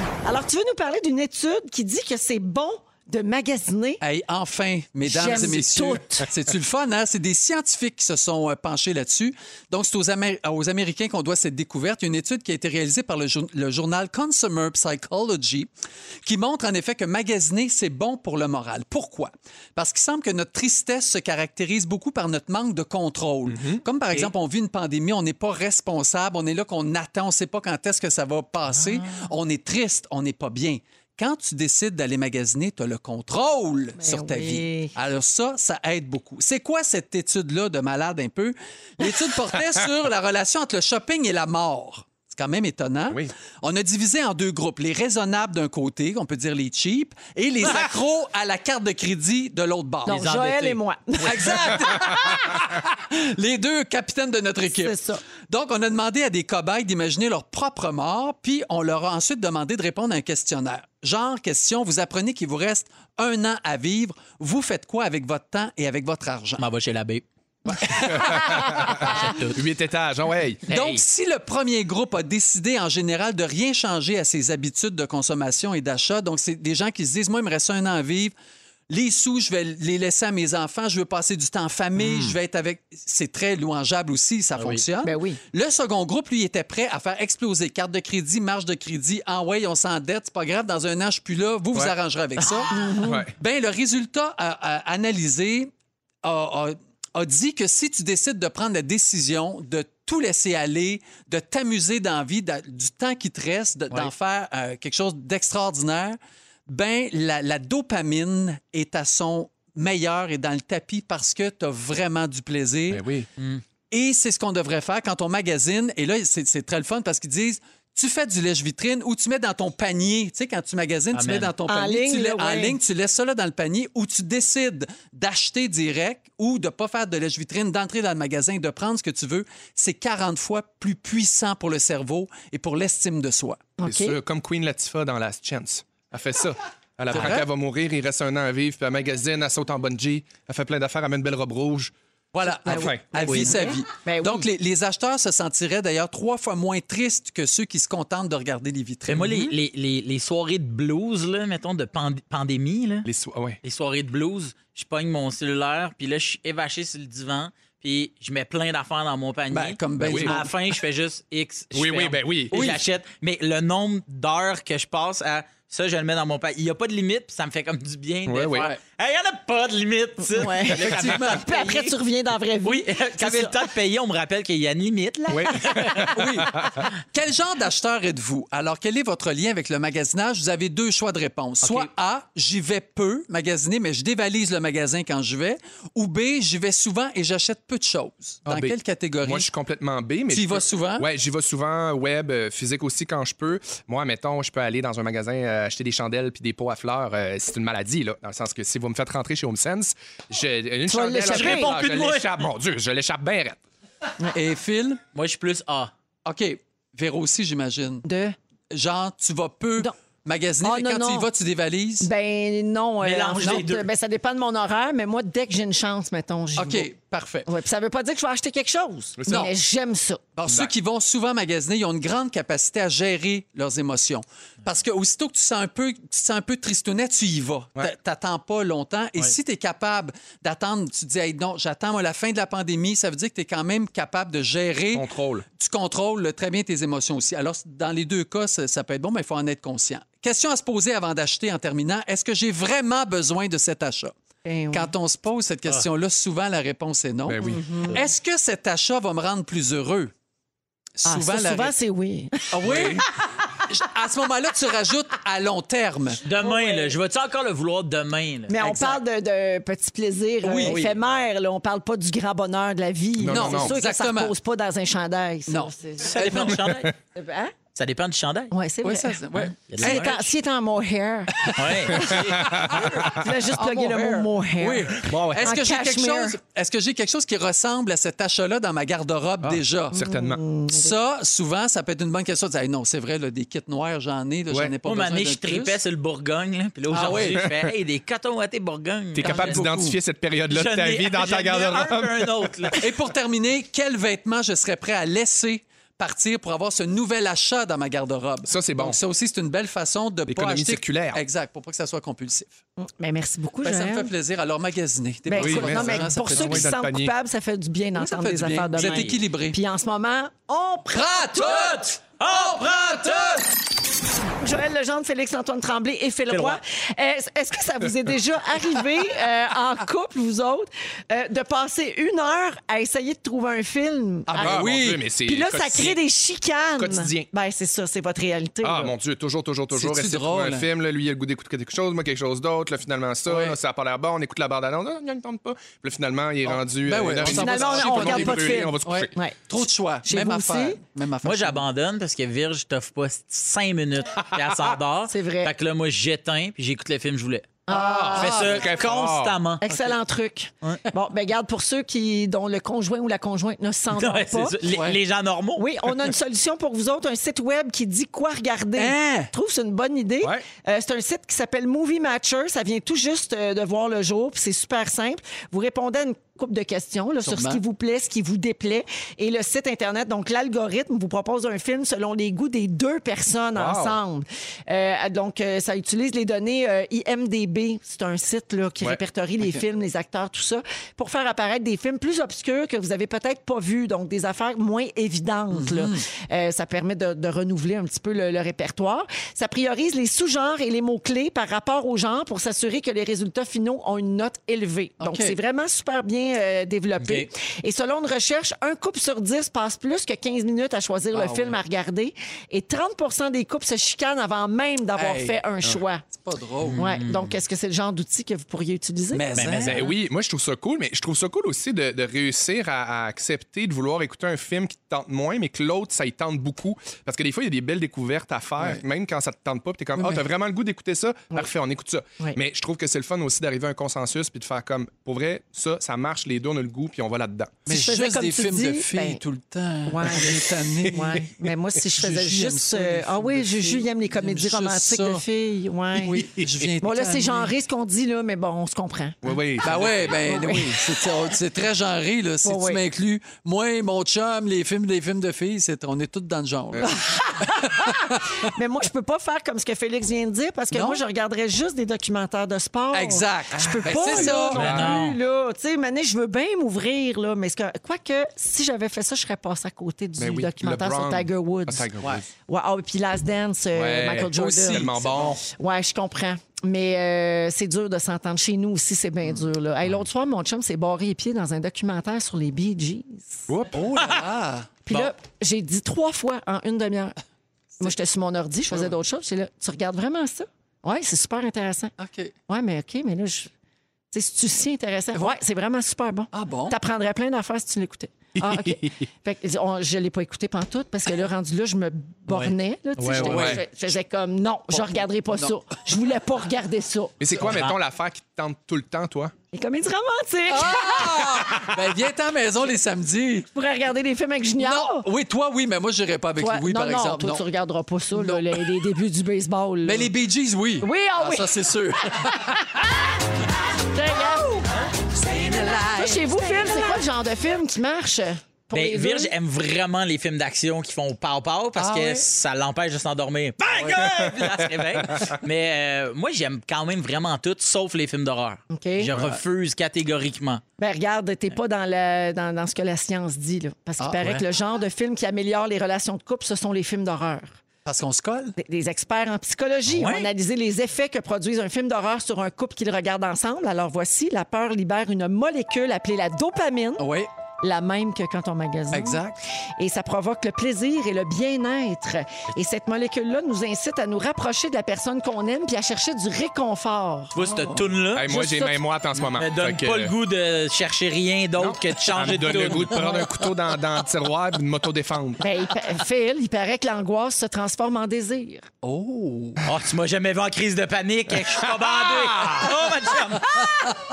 A: (laughs)
B: Alors, tu veux nous parler d'une étude qui dit que c'est bon de magasiner.
A: Hey, enfin, mesdames et
B: J'aime
A: messieurs.
B: tout.
A: (laughs) C'est-tu le fun, hein? C'est des scientifiques qui se sont euh, penchés là-dessus. Donc, c'est aux, Amé- aux Américains qu'on doit cette découverte. Une étude qui a été réalisée par le, jour- le journal Consumer Psychology qui montre en effet que magasiner, c'est bon pour le moral. Pourquoi? Parce qu'il semble que notre tristesse se caractérise beaucoup par notre manque de contrôle. Comme par exemple, on vit une pandémie, on n'est pas responsable, on est là qu'on attend, on ne sait pas quand est-ce que ça va passer. On est triste, on n'est pas bien. Quand tu décides d'aller magasiner, tu as le contrôle sur ta
B: oui.
A: vie. Alors ça, ça aide beaucoup. C'est quoi cette étude-là de malade un peu? L'étude
B: (laughs)
A: portait sur la relation entre le shopping et la mort. C'est quand même étonnant.
C: Oui.
A: On a divisé en deux groupes, les raisonnables d'un côté, on peut dire les cheap,
B: (laughs)
A: et les accros à la carte de crédit de l'autre bord.
B: Donc, Joël
E: endettés.
B: et moi.
A: Exact! (laughs) les deux capitaines de notre équipe.
B: C'est ça.
A: Donc, on a demandé à des cobayes d'imaginer leur propre mort, puis on leur a ensuite demandé de répondre à un questionnaire. Genre, question, vous apprenez qu'il vous reste un an à vivre, vous faites quoi avec votre temps et avec votre argent?
E: M'en Ah, va chez l'abbé.
B: Ah.
C: Huit étages, oh hey!
B: Eh
A: Donc, si le premier groupe a décidé en général de rien changer à ses habitudes de consommation et d'achat, donc c'est des gens qui se disent, moi, il me reste un an à vivre. Les sous, je vais les laisser à mes enfants, je veux passer du temps en famille,
C: Hmm.
A: je vais être avec. C'est très louangeable aussi,
C: Ah
A: ça fonctionne.
B: Ben oui.
A: Le second groupe, lui, était prêt à faire exploser carte de crédit, marge de crédit. Ah ouais, on s'endette, c'est pas grave, dans un an, je suis plus là, vous vous
C: Ouais. Ah.
A: arrangerez avec
C: (laughs)
A: ça.
C: Ouais.
A: Ben, le résultat à- à analysé a, a- a dit que si tu décides de prendre la décision de tout laisser aller, de t'amuser dans la vie, d'a- du temps qui te reste, de- d'en faire euh, quelque chose d'extraordinaire, ben la, la dopamine est à son meilleur et dans le tapis parce que tu as vraiment du plaisir.
C: Ben oui.
A: Et c'est ce qu'on devrait faire quand on magasine. Et là, c'est c'est très le fun parce qu'ils disent tu fais du lèche-vitrine ou tu mets dans ton panier. Tu sais, quand tu magasines, tu
E: Amen.
A: mets dans ton
B: En
A: panier. tu
B: ligne,
A: la-
B: là,
A: En
B: ouais.
A: ligne, tu laisses ça là dans le panier ou tu décides d'acheter direct ou de ne pas faire de lèche-vitrine, d'entrer dans le magasin, de prendre ce que tu veux. C'est 40 fois plus puissant pour le cerveau et pour l'estime de soi.
B: OK.
C: C'est sûr, comme Queen Latifah dans Last Chance. Elle fait ça. Elle apprend
A: vrai?
C: qu'elle va mourir, il reste un an à vivre, puis elle magazine, elle saute en bungee, elle fait plein d'affaires, elle met une belle robe rouge.
A: Voilà,
C: Ben
A: elle,
C: oui.
A: elle vit sa vie.
B: Ben oui.
A: Donc, les, les acheteurs se sentiraient d'ailleurs trois fois moins tristes que ceux qui se contentent de regarder les
E: Mais Euh,
A: vitrines.
E: moi,
C: Mhm.
E: les, les- les- les soirées de blues, là, mettons, de pand- pandémie, là,
C: Les so- ah ouais.
E: les soirées de blues, je pogne mon cellulaire, puis là, je suis évaché sur le divan, puis je mets plein d'affaires dans mon panier.
A: Ben, comme ben
C: Ben oui.
A: du monde.
E: À la fin, je fais juste X. je
C: Oui,
E: ferme,
C: oui, ben oui.
E: Et
C: Oui.
E: j'achète. Mais le nombre d'heures que je passe à ça, je le mets dans mon panier. Il n'y a pas de limite, puis ça me fait comme du bien. de
C: Ouais, ouais.
E: faire, Hey, il n'y en a pas de limite. tu sais.
B: Ouais.
A: (laughs) Effectivement.
B: Puis après, tu reviens dans la vraie vie. (laughs)
E: Oui, quand j'ai le temps de payer, on me rappelle qu'il y a une limite. Là.
C: Oui.
A: Oui. Quel genre d'acheteur êtes-vous? Alors, quel est votre lien avec le magasinage? Vous avez deux choix de réponse. Soit A, j'y vais peu magasiner, mais je dévalise le magasin quand je vais. Ou B, j'y vais souvent et j'achète peu de choses. Dans
C: Ah, ben,
A: quelle catégorie?
C: Moi, je suis complètement B. mais
A: Tu y
C: je
A: vas
C: peux-
A: souvent?
C: Ouais, j'y vais souvent, web, euh, physique aussi quand je peux. Moi, mettons, je peux aller dans un magasin euh, acheter des chandelles puis des pots à fleurs. euh, c'est une maladie, là, dans le sens que si vous me faites rentrer chez Home Sense, j'ai une chandelle.
B: l'échapper.
C: je réponds
E: Réponds plus
C: je
E: de moi.
C: l'échappe. Mon Dieu, je l'échappe bien. raide.
A: Et Phil?
E: Moi, je suis plus A.
A: OK. Véro aussi, j'imagine.
B: De...
A: genre, tu vas peu
B: Non.
A: magasiner,
B: Ah,
A: mais
B: non,
A: quand tu y
B: non.
A: vas, tu dévalises?
B: Ben non, euh,
E: Mélange
B: en
E: les
B: fait,
E: deux.
B: ben, ça dépend de mon horaire, mais moi, dès que j'ai une chance, mettons, j'y
A: OK,
B: vais.
A: parfait.
B: Ouais, puis ça veut pas dire que je vais acheter quelque chose,
A: c'est
B: mais j'aime ça.
A: Alors, ceux qui vont souvent magasiner, ils ont une grande capacité à gérer leurs émotions. Parce que aussitôt que tu sens un peu, tu te sens un peu tristounet, tu y vas. T'a- T'attends pas longtemps. Et si tu es capable d'attendre, tu te dis, Hey, non, j'attends moi, la fin de la pandémie, ça veut dire que tu es quand même capable de gérer.
C: Contrôle.
A: Tu contrôles euh, très bien tes émotions aussi. Alors, dans les deux cas, ça, ça peut être bon, mais il faut en être conscient. Question à se poser avant d'acheter en terminant. Est-ce que j'ai vraiment besoin de cet achat?
B: Ben oui.
A: Quand on se pose cette question-là, souvent la réponse est non.
C: Ben oui.
A: Est-ce que cet achat va me rendre plus heureux?
B: Ah, ça,
A: Souvent, la
B: souvent,
A: ré-
B: c'est
A: (laughs)
B: oui.
A: Ah oui? Je- à ce moment-là, tu rajoutes à long terme.
E: Demain, là, je vais-tu encore le vouloir demain? là?
B: Mais on
E: Exact.
B: parle de, de petits plaisirs
A: Oui.
B: euh,
A: Oui.
B: éphémères. Là. On parle pas du grand bonheur de la vie.
C: Non,
B: là.
C: non, non.
B: c'est sûr que ça ne
A: Exactement.
B: repose pas dans un chandail. ça.
A: Non.
B: C'est-
E: Ça dépend du chandail.
B: Hein?
E: Ça dépend du chandail.
B: Oui, c'est vrai.
A: Oui, ça, c'est- ouais.
E: Il y a de
B: (laughs) S'il
E: la
B: est, en- s'il est en
A: (laughs)
B: mohair,
E: Ouais.
B: je voulais juste plugger le mot mohair.
A: Ah, Oui.
E: Bon, ouais.
A: Est-ce
B: En
A: que, j'ai quelque
B: cachemire.
A: chose, est-ce que j'ai quelque chose qui ressemble à cet achat-là dans ma garde-robe déjà?
C: Certainement.
A: Ça, souvent, ça peut être une bonne question de dire, Hey, non, c'est vrai, là, des kits noirs, j'en ai, là,
C: Ouais.
A: j'en ai pas
E: Moi, ma
A: besoin.
E: année,
A: de
E: je
A: plus.
E: tripais sur le Bourgogne. là. Puis là,
A: Ah
E: aujourd'hui,
A: oui.
E: je fais hey, des cotons wattés Bourgogne.
C: T'es capable d'identifier cette période-là de
E: (laughs)
C: ta vie dans ta garde-robe.
E: un puis un autre. là.
A: Et pour terminer, quel vêtement je serais prêt à laisser partir pour avoir ce nouvel achat dans ma garde-robe?
C: Ça, c'est bon.
A: Donc, ça aussi, c'est une belle façon de pas
C: L'économie
A: acheter...
C: circulaire.
A: Exact, pour pas que ça soit compulsif.
B: Ben, merci beaucoup,
A: Ben, ça me
B: Joël.
A: fait plaisir. Alors, magasiner.
B: Ben,
A: Dépensez
C: Oui,
B: écoute,
A: votre
C: mais
B: non, mais
A: argent, ça
B: pour
A: fait
B: ceux
A: du
B: qui se
C: loin dans
A: bien.
C: le
B: sentent
C: panier.
B: coupables, ça fait du bien
A: ça
B: d'entendre
A: fait
B: des
A: du bien.
B: affaires de
A: Vous êtes
B: même.
A: équilibrés.
B: Puis en ce moment, on prend
A: tout! On prend tout!
B: Joël Legendre, Félix-Antoine Tremblay et Phil Roy. Euh, Est-ce est-ce que ça vous est déjà arrivé euh, en couple, vous autres, euh, de passer une heure à essayer de trouver un film?
A: Ah, ben
C: mon
A: oui.
C: Dieu, mais c'est
B: Puis là, ça
C: quotidien.
B: crée des chicanes.
C: Quotidien.
B: Ben, c'est ça, c'est votre réalité.
C: Ah
B: là.
C: mon Dieu, toujours, toujours, toujours.
A: C'est-tu
C: Essayer de
A: drôle?
C: trouver un film, là, lui il a le goût d'écouter quelque chose, moi quelque chose d'autre, là finalement ça,
A: Ouais.
C: là, ça a pas l'air bon, on écoute la barre d'annonce, ah, il ne tente pas. Puis là, finalement il est rendu. euh,
A: Ben ouais,
C: une heure
A: on
C: et
A: s'en
C: demie,
A: va se coucher,
C: tout
A: on
C: le monde
A: regarde
C: est
A: pas de
C: brûlé,
B: film.
C: On va se
A: Ouais.
C: coucher.
B: Ouais.
A: Trop de choix.
B: Chez
A: Même
B: vous
A: affaire.
B: aussi?
A: Même affaire.
E: Moi, j'abandonne parce que Virge t'offre pas cinq minutes. Puis elle
A: (laughs)
E: s'endort.
B: C'est vrai.
E: Fait que là, moi, j'éteins puis j'écoute le film que je voulais.
C: Ah,
E: Je fais ça
C: très fort.
E: constamment.
B: Excellent truc. Bon, ben garde pour ceux qui dont le conjoint ou la conjointe
E: (laughs)
B: ne s'entend
E: Ouais, c'est
B: pas.
E: ça. Les,
A: Ouais.
E: les gens normaux.
B: Oui, on a une solution pour vous autres, un site web qui dit quoi regarder.
A: Hein?
B: Je trouve que c'est une bonne idée.
C: Ouais.
B: Euh, c'est un site qui s'appelle Movie Matcher. Ça vient tout juste euh, de voir le jour, puis c'est super simple. Vous répondez à une couple de questions là, sur ce
A: Sûrement.
B: qui vous plaît, ce qui vous déplaît. Et le site Internet, donc l'algorithme, vous propose un film selon les goûts des deux personnes ensemble. Euh, donc, euh, ça utilise les données euh, IMDB. C'est un site là, qui
C: Ouais.
B: répertorie les films, les acteurs, tout ça, pour faire apparaître des films plus obscurs que vous avez peut-être pas vus, donc des affaires moins évidentes. là. Euh, ça permet de, de renouveler un petit peu le, le répertoire. Ça priorise les sous-genres et les mots-clés par rapport au genre pour s'assurer que les résultats finaux ont une note élevée. Donc,
A: OK.
B: c'est vraiment super bien euh, développé. Et selon une recherche, un couple sur 10 passe plus que 15 minutes à choisir
A: Ah
B: le film à regarder et 30 des couples se chicanent avant même d'avoir
A: Hey. Ah.
B: fait un choix.
A: C'est pas drôle.
B: Ouais. Donc, est-ce que c'est le genre d'outil que vous pourriez utiliser?
A: Mais, hein,
C: Ben oui, moi je trouve ça cool, mais je trouve ça cool aussi de, de réussir à, à accepter de vouloir écouter un film qui te tente moins, mais que l'autre, ça y tente beaucoup. Parce que des fois, il y a des belles découvertes à faire, même quand ça te tente pas, puis t'es comme, ah, t'as vraiment le goût d'écouter ça? Parfait, on écoute ça.
B: Ouais.
C: Mais je trouve que c'est le fun aussi d'arriver à un consensus, puis de faire comme, pour vrai, ça, ça marche, les deux, on a le goût, puis on va là-dedans.
A: mais
B: je faisais
A: juste
B: comme
A: des
B: tu
A: films
B: dis,
A: de filles
B: ben,
A: tout le temps.
B: Ouais.
A: J'ai tanné.
B: Ouais. Mais moi, si je faisais
A: Juju aime
B: juste.
A: ça, les
B: euh, ah
A: films
B: oui,
A: de
B: Juju,
A: filles.
B: il aime les
A: Il aime
B: comédies
A: juste
B: romantiques
A: ça.
B: de filles. Ouais.
A: Oui, je viens
B: Bon, là, c'est
A: tanner.
B: genré ce qu'on dit, là, mais bon, on se comprend.
C: Oui, oui.
A: Ben ouais, ben oui, c'est- c'est très genré là. Si
B: Ouais,
A: tu
B: ouais.
A: m'inclus, moi, mon chum, les films, les films de filles, c'est on est tous dans le genre. là.
B: mais moi, je peux pas faire comme ce que Félix vient de dire parce que
A: Non.
B: moi, je regarderais juste des documentaires de sport.
A: Exact.
B: Oh. Ah, Je peux
A: Ben,
B: pas,
A: c'est
B: là,
A: ça.
B: non
E: Ben
B: plus, là. Tu sais, Mané, je veux bien m'ouvrir, là, mais ce que... quoique, si j'avais fait ça, je serais passé à côté du
C: Ben oui,
B: documentaire
C: LeBron.
B: sur Tiger Woods.
C: Ah, Tiger Woods.
B: Ouais, ah, et puis Last Dance, euh,
C: Ouais,
B: Michael Jordan.
A: aussi.
C: Tellement bon.
B: Ouais, je comprends. Mais euh, c'est dur de s'entendre. Chez nous aussi, c'est bien
C: Hmm.
B: dur. Là. Hey, L'autre soir, mon chum s'est barré les pieds dans un documentaire sur les Bee Gees.
A: Oh là là.
B: Puis là, j'ai dit trois fois en une demi-heure. Moi, j'étais sur mon ordi, je faisais d'autres choses. J'étais là, tu regardes vraiment ça? Ouais, c'est super intéressant.
A: OK.
B: Ouais, mais OK, mais là, je. C'est c'est si intéressant. Ouais, c'est vraiment super bon.
A: Ah bon?
B: T'apprendrais plein d'affaires si tu l'écoutais. Ah,
A: (laughs)
B: OK. fait que, on- je l'ai pas écouté pantoute parce que là, rendu là, je me bornais. Là, tu sais,
E: Ouais,
B: j'étais-
A: ouais.
B: Je faisais comme, non, je regarderai pas
A: Non.
B: ça. Je voulais pas regarder ça.
C: Mais c'est quoi, mettons, l'affaire qui te tente tout le temps, toi?
B: Les comédies romantiques.
A: Ah! Ben, viens à la maison les samedis.
B: Je pourrais regarder des films avec Junior.
A: Non, oui, toi, oui, mais moi, je n'irai pas avec
B: Toi-
A: Louis,
B: non,
A: par
B: non,
A: exemple.
B: toi,
A: non.
B: tu regarderas pas ça, là, les, les débuts du baseball. là.
A: (laughs) Mais les Bee Gees, oui.
B: Oui, ah oui.
A: Ça, c'est sûr.
B: Tiens, regarde. Toi, chez vous, Phil, c'est quoi le genre de film qui marche? Pour
E: Ben,
B: les deux?
E: Virge aime vraiment les films d'action qui font pow-pow parce
A: Ah
E: que
A: ouais?
E: ça l'empêche de s'endormir.
B: Ah
E: Bang! (laughs) Puis là, elle se
B: (laughs)
E: réveille. Mais euh, moi, j'aime quand même vraiment tout, sauf les films d'horreur.
B: OK.
E: Je refuse catégoriquement.
B: Ben regarde, t'es pas dans, la- dans, dans ce que la science dit, là. Parce qu'il
A: Ah,
B: paraît
A: ouais.
B: que le genre de film qui améliore les relations de couple, ce sont les films d'horreur.
A: Parce qu'on se colle.
B: Des- Des experts en psychologie
A: Ah
B: ont
E: Ouais.
B: analysé les effets que produisent un film d'horreur sur un couple qu'ils regardent ensemble. Alors voici, la peur libère une molécule appelée la dopamine,
A: Oui,
B: la même que quand on magasine.
A: exact.
B: Et ça provoque le plaisir et le bien-être. Et cette molécule-là nous incite à nous rapprocher de la personne qu'on aime puis à chercher du réconfort.
E: Tu vois, cette toune-là,
C: Oh. Hey, moi,
B: Ah, Juste
C: j'ai
B: ça,
C: même moi en ce moment.
E: me donne
C: Fait que, euh,
E: pas le goût de chercher rien d'autre que de
C: Ça me
E: changer de
C: donne le
E: toune.
C: goût de prendre un couteau dans, dans le tiroir et de m'auto-défendre.
B: Ben, il pa- Phil, il paraît que l'angoisse se transforme en désir.
A: Oh.
E: Oh, tu m'as jamais vu en crise de panique. Je suis pas
B: Ah!
E: bandé. Oh, ma chum.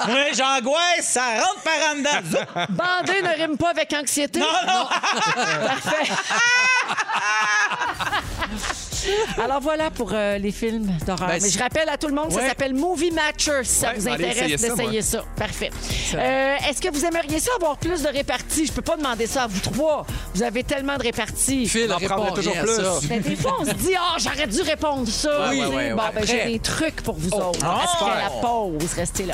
E: Moi, j'angoisse, ça rentre par en dedans.
B: Bandé ne rime pas avec anxiété. Non, (laughs) non. Parfait. Alors voilà pour euh, les films d'horreur.
A: Ben,
B: Mais je rappelle à tout le monde, ça
A: Ouais.
B: s'appelle Movie Matcher si ça
C: Ouais,
B: vous
C: ben, allez
B: intéresse
C: essayer ça,
B: d'essayer ça, Parfait. Euh, Est-ce que vous aimeriez ça avoir plus de réparties? Je peux pas demander ça à vous trois. Vous avez tellement de réparties.
A: Phil,
C: en
A: répond
C: prendrait toujours
A: rien à ça.
C: plus.
B: Ben, des fois, on se dit, ah, j'aurais dû répondre ça.
A: Ouais,
B: Tu
A: ouais,
B: sais,
A: ouais,
B: bon,
A: ouais.
B: ben, j'ai
E: Après.
B: des trucs pour vous autres. Après la pause, restez là.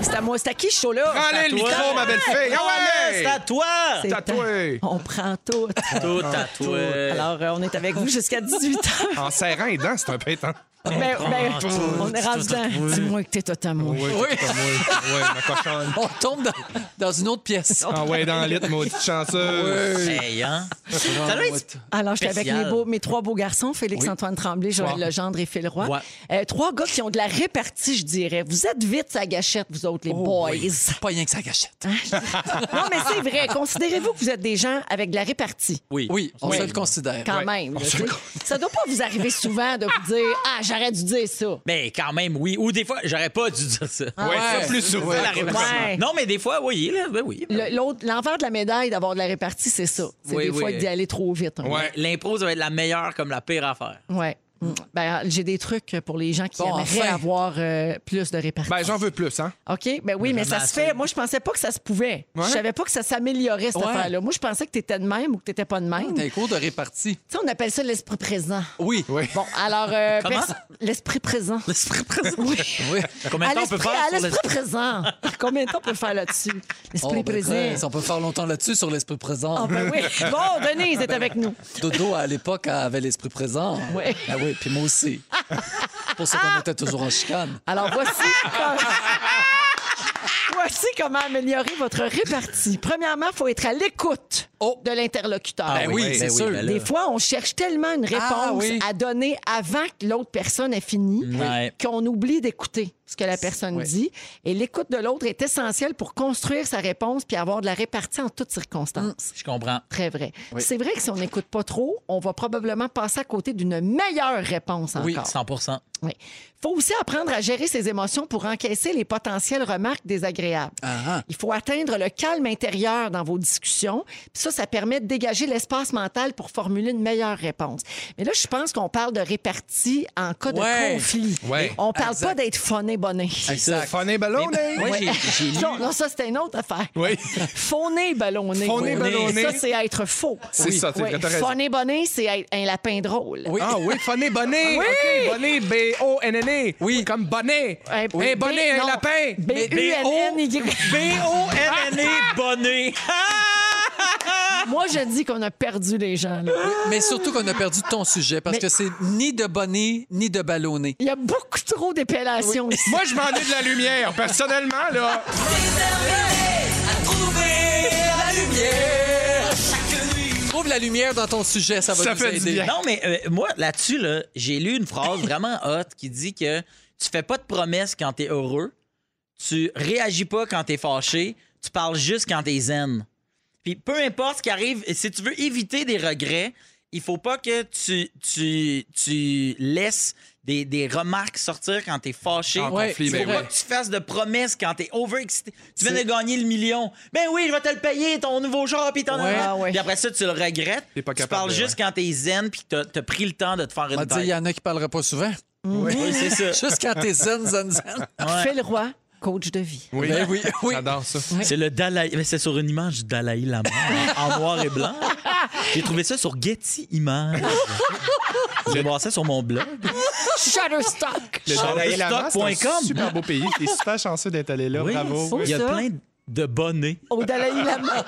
B: C'est à moi, c'est à qui ce show-là?
C: Allez, le micro, ma belle fille! Ah ouais!
E: C'est à toi.
B: C'est
C: Tatoué.
B: temps. On prend tout.
E: Tout à toi.
B: (laughs) Alors, euh, on est avec vous jusqu'à 18 h
C: En serrant les dents, c'est un peu étonnant.
B: ben, ben, on est rendu dans. Dis-moi que t'es tout amoureux.
C: Oui,
A: Oui. (laughs)
C: comme moi. Ouais,
B: (laughs)
C: ma cochonne.
A: On tombe dans, dans une autre pièce.
C: Ah ouais, dans le lit, maudite chanceuse.
E: Hey, hein?
A: Ah,
E: Ça doit être-
B: Alors, j'étais avec
E: Spécial.
B: mes, beaux- mes trois beaux garçons, Félix-Antoine Tremblay, Joël Legendre et Phil Roy.
E: Ouais.
B: Euh, trois gars qui ont de la répartie, je dirais. Vous êtes vite à gâchette, vous autres, les boys. Hein?
A: Pas rien que ça gâchette.
B: (laughs) Non, mais c'est vrai. Considérez-vous que vous êtes des gens avec de la répartie.
E: Oui.
A: Oui, on
B: Oui.
A: se le considère.
B: Quand
C: Ouais,
B: même.
C: on
B: là,
C: se
B: tu sais.
C: compte.
B: Ça doit pas vous arriver souvent de vous dire Ah, j'aurais dû dire ça.
E: Mais quand même, oui. Ou des fois, j'aurais pas dû dire ça.
C: Ouais,
A: ouais.
C: ça plus souvent.
A: Ouais.
E: La réponse.
B: Ah. Ouais.
E: Non, mais des fois, oui, là, ben oui.
B: Le- l'autre- L'envers de la médaille d'avoir de la répartie, c'est ça. C'est
E: Oui,
B: des
E: oui.
B: fois d'y aller trop vite. hein.
C: Ouais.
E: Ben, L'impro, ça va être la meilleure comme la pire affaire.
B: Ouais. Mm. Ben, j'ai des trucs pour les gens qui
A: Bon,
B: aimeraient
A: enfin.
B: avoir euh, plus de répartie.
C: Ben, j'en veux plus, hein?
B: OK? Ben oui, mais ça se fait. Moi, je pensais pas que ça se pouvait.
C: Ouais.
B: Je savais pas que ça s'améliorait, cette
A: Ouais.
B: affaire-là. Moi, je pensais que tu étais de même ou que tu n'étais pas de même.
A: T'as
B: Tu
A: un cours de répartie.
B: sais, on appelle ça l'esprit présent.
A: Oui.
C: Oui.
B: Bon, alors. euh,
E: Comment?
B: perso- (laughs) L'esprit présent.
E: L'esprit présent.
A: Oui.
E: Combien de temps on peut
B: l'esprit-
E: faire
B: à
E: sur
B: l'esprit
E: l'esprit?
B: présent. Combien de temps on peut faire là-dessus?
A: Oh,
B: L'esprit
A: ben, Chris,
B: présent.
A: on peut faire longtemps là-dessus sur l'esprit présent.
B: Ah, ben oui. Bon, Denise est avec nous.
A: Dodo, à l'époque, avait l'esprit présent.
B: Oui.
A: Ah oui, puis moi
B: (laughs)
A: aussi. C'est pour ça qu'on était toujours en chicane.
B: Alors voici com- (laughs) voici comment améliorer votre répartie. Premièrement, il faut être à l'écoute
A: Oh.
B: de l'interlocuteur.
A: Ben oui,
E: oui,
A: c'est
E: ben oui,
A: sûr.
E: ben là.
B: Des fois, on cherche tellement une réponse
A: Ah, oui.
B: à donner avant que l'autre personne ait fini
E: Ouais.
B: qu'on oublie d'écouter ce que la personne
A: Oui.
B: dit. Et l'écoute de l'autre est essentielle pour construire sa réponse puis avoir de la répartie en toutes
A: Mm.
B: circonstances.
E: Je comprends.
B: Très vrai. C'est vrai que si on n'écoute pas trop, on va probablement passer à côté d'une meilleure réponse encore.
E: Oui, 100
B: Oui. faut aussi apprendre à gérer ses émotions pour encaisser les potentielles remarques désagréables.
A: Ah, ah.
B: Il faut atteindre le calme intérieur dans vos discussions. Puis ça, ça permet de dégager l'espace mental pour formuler une meilleure réponse. Mais là, je pense qu'on parle de répartie en cas
A: Ouais.
B: de conflit.
C: Ouais. Ah,
B: On parle
A: Exact.
B: pas d'être foné bonnet.
A: Exact.
C: Funny ballonné!
E: Moi, j'ai- j'ai lu-
B: Non, non, ça, c'était une autre affaire.
C: Oui.
B: Fauné ballonné.
C: Fauné, ballonné.
B: Ça, c'est être faux.
C: C'est ça, t'as- t'as raison.
B: Fauné bonnet, c'est être un lapin drôle.
A: Oui.
C: Ah oui, funny bonnet!
B: Oui.
C: OK, bonnet, B-O-N-N-E.
A: Oui.
C: E. Comme bonnet.
B: Un-
C: un bonnet,
B: Euh, B-
C: un
B: non.
C: lapin.
B: B-U-N-N-Y. Ah!
E: B-O-N-N-E, bonnet.
B: Moi, je dis qu'on a perdu les gens. là.
A: Mais surtout qu'on a perdu ton sujet parce
B: Mais-
A: que c'est ni de bonnet ni de ballonné.
B: Il y a beaucoup trop d'épellations ici.
C: Moi, je m'en ai de la lumière, personnellement, là.
A: Trouve la lumière dans ton sujet, ça va
C: Ça
A: nous
C: fait du
A: aider.
C: bien. (coughs)
E: Non, mais euh, moi, là-dessus, là, j'ai lu une phrase vraiment hot qui dit que Tu fais pas de promesses quand t'es heureux. Tu réagis pas quand t'es fâché. Tu parles juste quand t'es zen. Puis peu importe ce qui arrive, si tu veux éviter des regrets, il faut pas que tu, tu, tu laisses des, des remarques sortir quand t'es fâché.
C: En
A: Ouais,
C: conflit,
A: c'est
E: Il
C: ben
E: faut
A: vrai.
E: pas que tu fasses de promesses quand t'es overexcité. Tu viens de gagner le million. Ben oui, je vais te le payer, ton nouveau char, puis ton...
A: Ouais.
E: nanana.
B: Ah ouais.
E: Puis après ça, tu le regrettes.
C: T'es pas
E: tu
C: capable
E: parles
C: de-
E: juste quand t'es zen, puis t'as t'as pris le temps de te faire
A: On va
E: une
A: dire, il
E: tête.
A: y en a qui parlera pas souvent.
E: Oui, c'est ça. (laughs)
A: Juste quand t'es zen, zen, zen.
E: Ouais.
B: Fais le roi, coach de vie.
C: oui,
A: Ben oui, oui.
C: J'adore ça.
E: C'est le Dalai. Mais c'est sur une image du Dalai Lama en- en noir et (laughs) blanc. J'ai trouvé ça sur Getty (laughs) Images. J'ai voir ça sur mon blog.
B: Shutterstock!
C: Le Dalai Lama, c'est un
E: Shutterstock.com.
C: super beau pays. T'es super chanceux d'être allé là.
E: Oui,
C: Bravo.
E: Il y a
B: ça.
E: plein de bonnets.
B: Au Dalai Lama.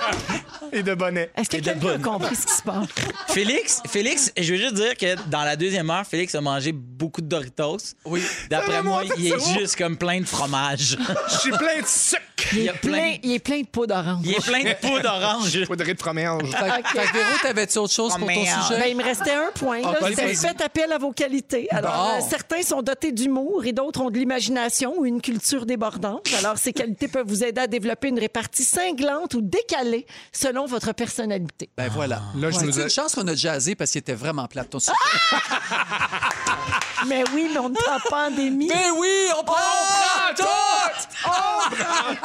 C: Et de bonnets.
B: Est-ce que
E: Et de
B: quelqu'un a
E: bonnes.
B: compris ce qui se passe?
E: Félix, Félix, je veux juste dire que dans la deuxième heure, Félix a mangé beaucoup de Doritos.
A: Oui.
E: D'après
C: Ça
E: moi,
C: remonte,
E: il est
C: c'est bon.
E: juste comme plein de fromage. (laughs)
C: Je suis plein de sucre.
E: Il y a plein,
B: Il est plein de peau d'orange.
E: il est plein de peau (laughs) d'orange.
C: Poudrée de fromage.
A: Fait que- fait que Véro, t'avais-tu autre chose
E: Oh,
A: pour ton
E: merde.
A: sujet?
B: Ben, il me restait un point.
A: Ah,
B: là.
A: vas-y,
B: C'était
A: vas-y.
B: fait appel à vos qualités. Alors,
A: Bon.
B: euh, certains sont dotés d'humour et d'autres ont de l'imagination ou une culture débordante. Alors, ces qualités peuvent vous aider à développer une répartie cinglante ou décalée selon votre personnalité.
A: Ben voilà.
C: Là, je
A: C'est
C: nous ai-
A: une chance qu'on a jazzé parce qu'il était vraiment plat ton sujet.
B: Mais oui, mais on ne prend pas pandémie.
A: Mais Eh oui, on prend, on prend tout!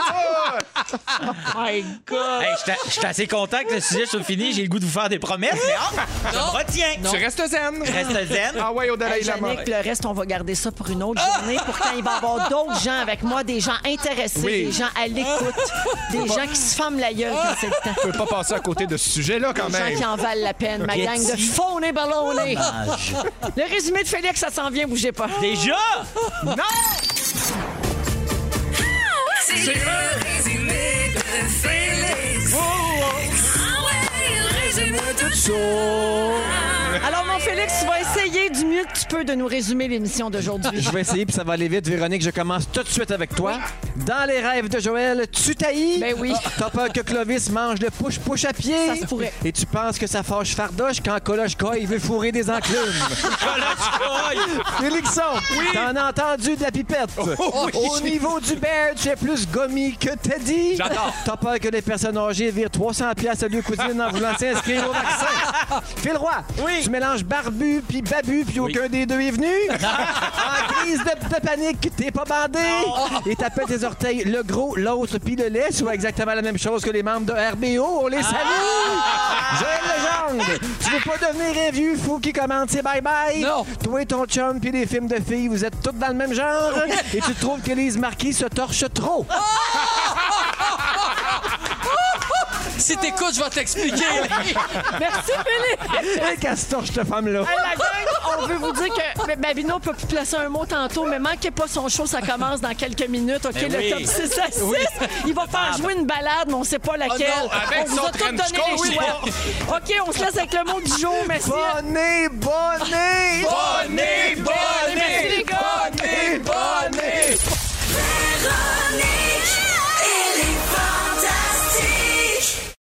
B: My God!
E: Hey, j'étais- J'étais assez content que le sujet soit fini. J'ai le goût de vous faire des promesses, mais ah, je me retiens.
C: Tu restes zen.
E: Reste zen.
C: Ah ouais, au Dalai
B: Hey,
C: Lama.
B: Yannick, le reste, on va garder ça pour une autre journée, pour quand il va y avoir d'autres gens avec moi, des gens intéressés,
C: Oui.
B: des gens à l'écoute, des gens qui se ferment la gueule quand c'est le temps.
C: Je peux pas passer à côté de ce sujet-là quand
B: Des gens
C: même.
B: qui en valent la peine, ma
E: Yeti.
B: gang de faune et ballonnés.
E: Fromage.
B: Le résumé de Félix, ça s'en vient, bougez pas.
E: Déjà?
F: C'est le résumé de Félix. Ah ouais, il résume tout ça.
B: Alors, mon Félix, tu vas essayer du mieux que tu peux de nous résumer l'émission d'aujourd'hui.
J: Je vais essayer, puis ça va aller vite. Véronique, je commence tout de suite avec toi. Dans les rêves de Joël, tu taillis. Ah,
B: Ben oui.
J: T'as peur que Clovis mange le push-push à pied.
B: Ça se pourrait.
J: Et tu penses que ça fâche fardoche quand Kolochka, il veut fourrer des enclumes. (laughs) Félixon, t'en as entendu de la pipette. Au niveau du bear, tu es plus gommi que Teddy. J'adore. T'as peur que les personnes âgées virent 300 pièces à deux cousines en voulant s'inscrire au vaccin. Phil Roy, tu mélanges barbu puis babu puis aucun des deux est venu. en crise de, de panique, t'es pas bandé. Et t'appelles tes orteils le gros, l'autre puis le lait, soit exactement la même chose que les membres de RBO. On les salue. Joël Legendre, tu veux pas devenir un vieux fou qui commande ses bye-bye?
A: Non.
J: Toi et ton chum puis les films de filles, vous êtes toutes dans le même genre. et tu trouves que Lise Marquis se torche trop.
A: Si t'écoutes, je vais t'expliquer.
B: Merci, Félix.
J: et qu'elle se torche, cette femme-là.
B: Hey, la gang, on veut vous dire que mais Babino peut plus placer un mot tantôt, mais manquez pas son show, ça commence dans quelques minutes, OK?
E: Mais
A: Ben
B: le
E: oui.
B: top 6 à 6. Il va faire jouer une balade, mais on sait pas laquelle.
A: Oh non, avec
B: on vous
A: son
B: a tout
A: trench
B: donné
A: coat,
B: les choix. OK, on se laisse avec le mot du jour, merci.
J: Bonnet, bonnet!
A: Bonnet, bonnet!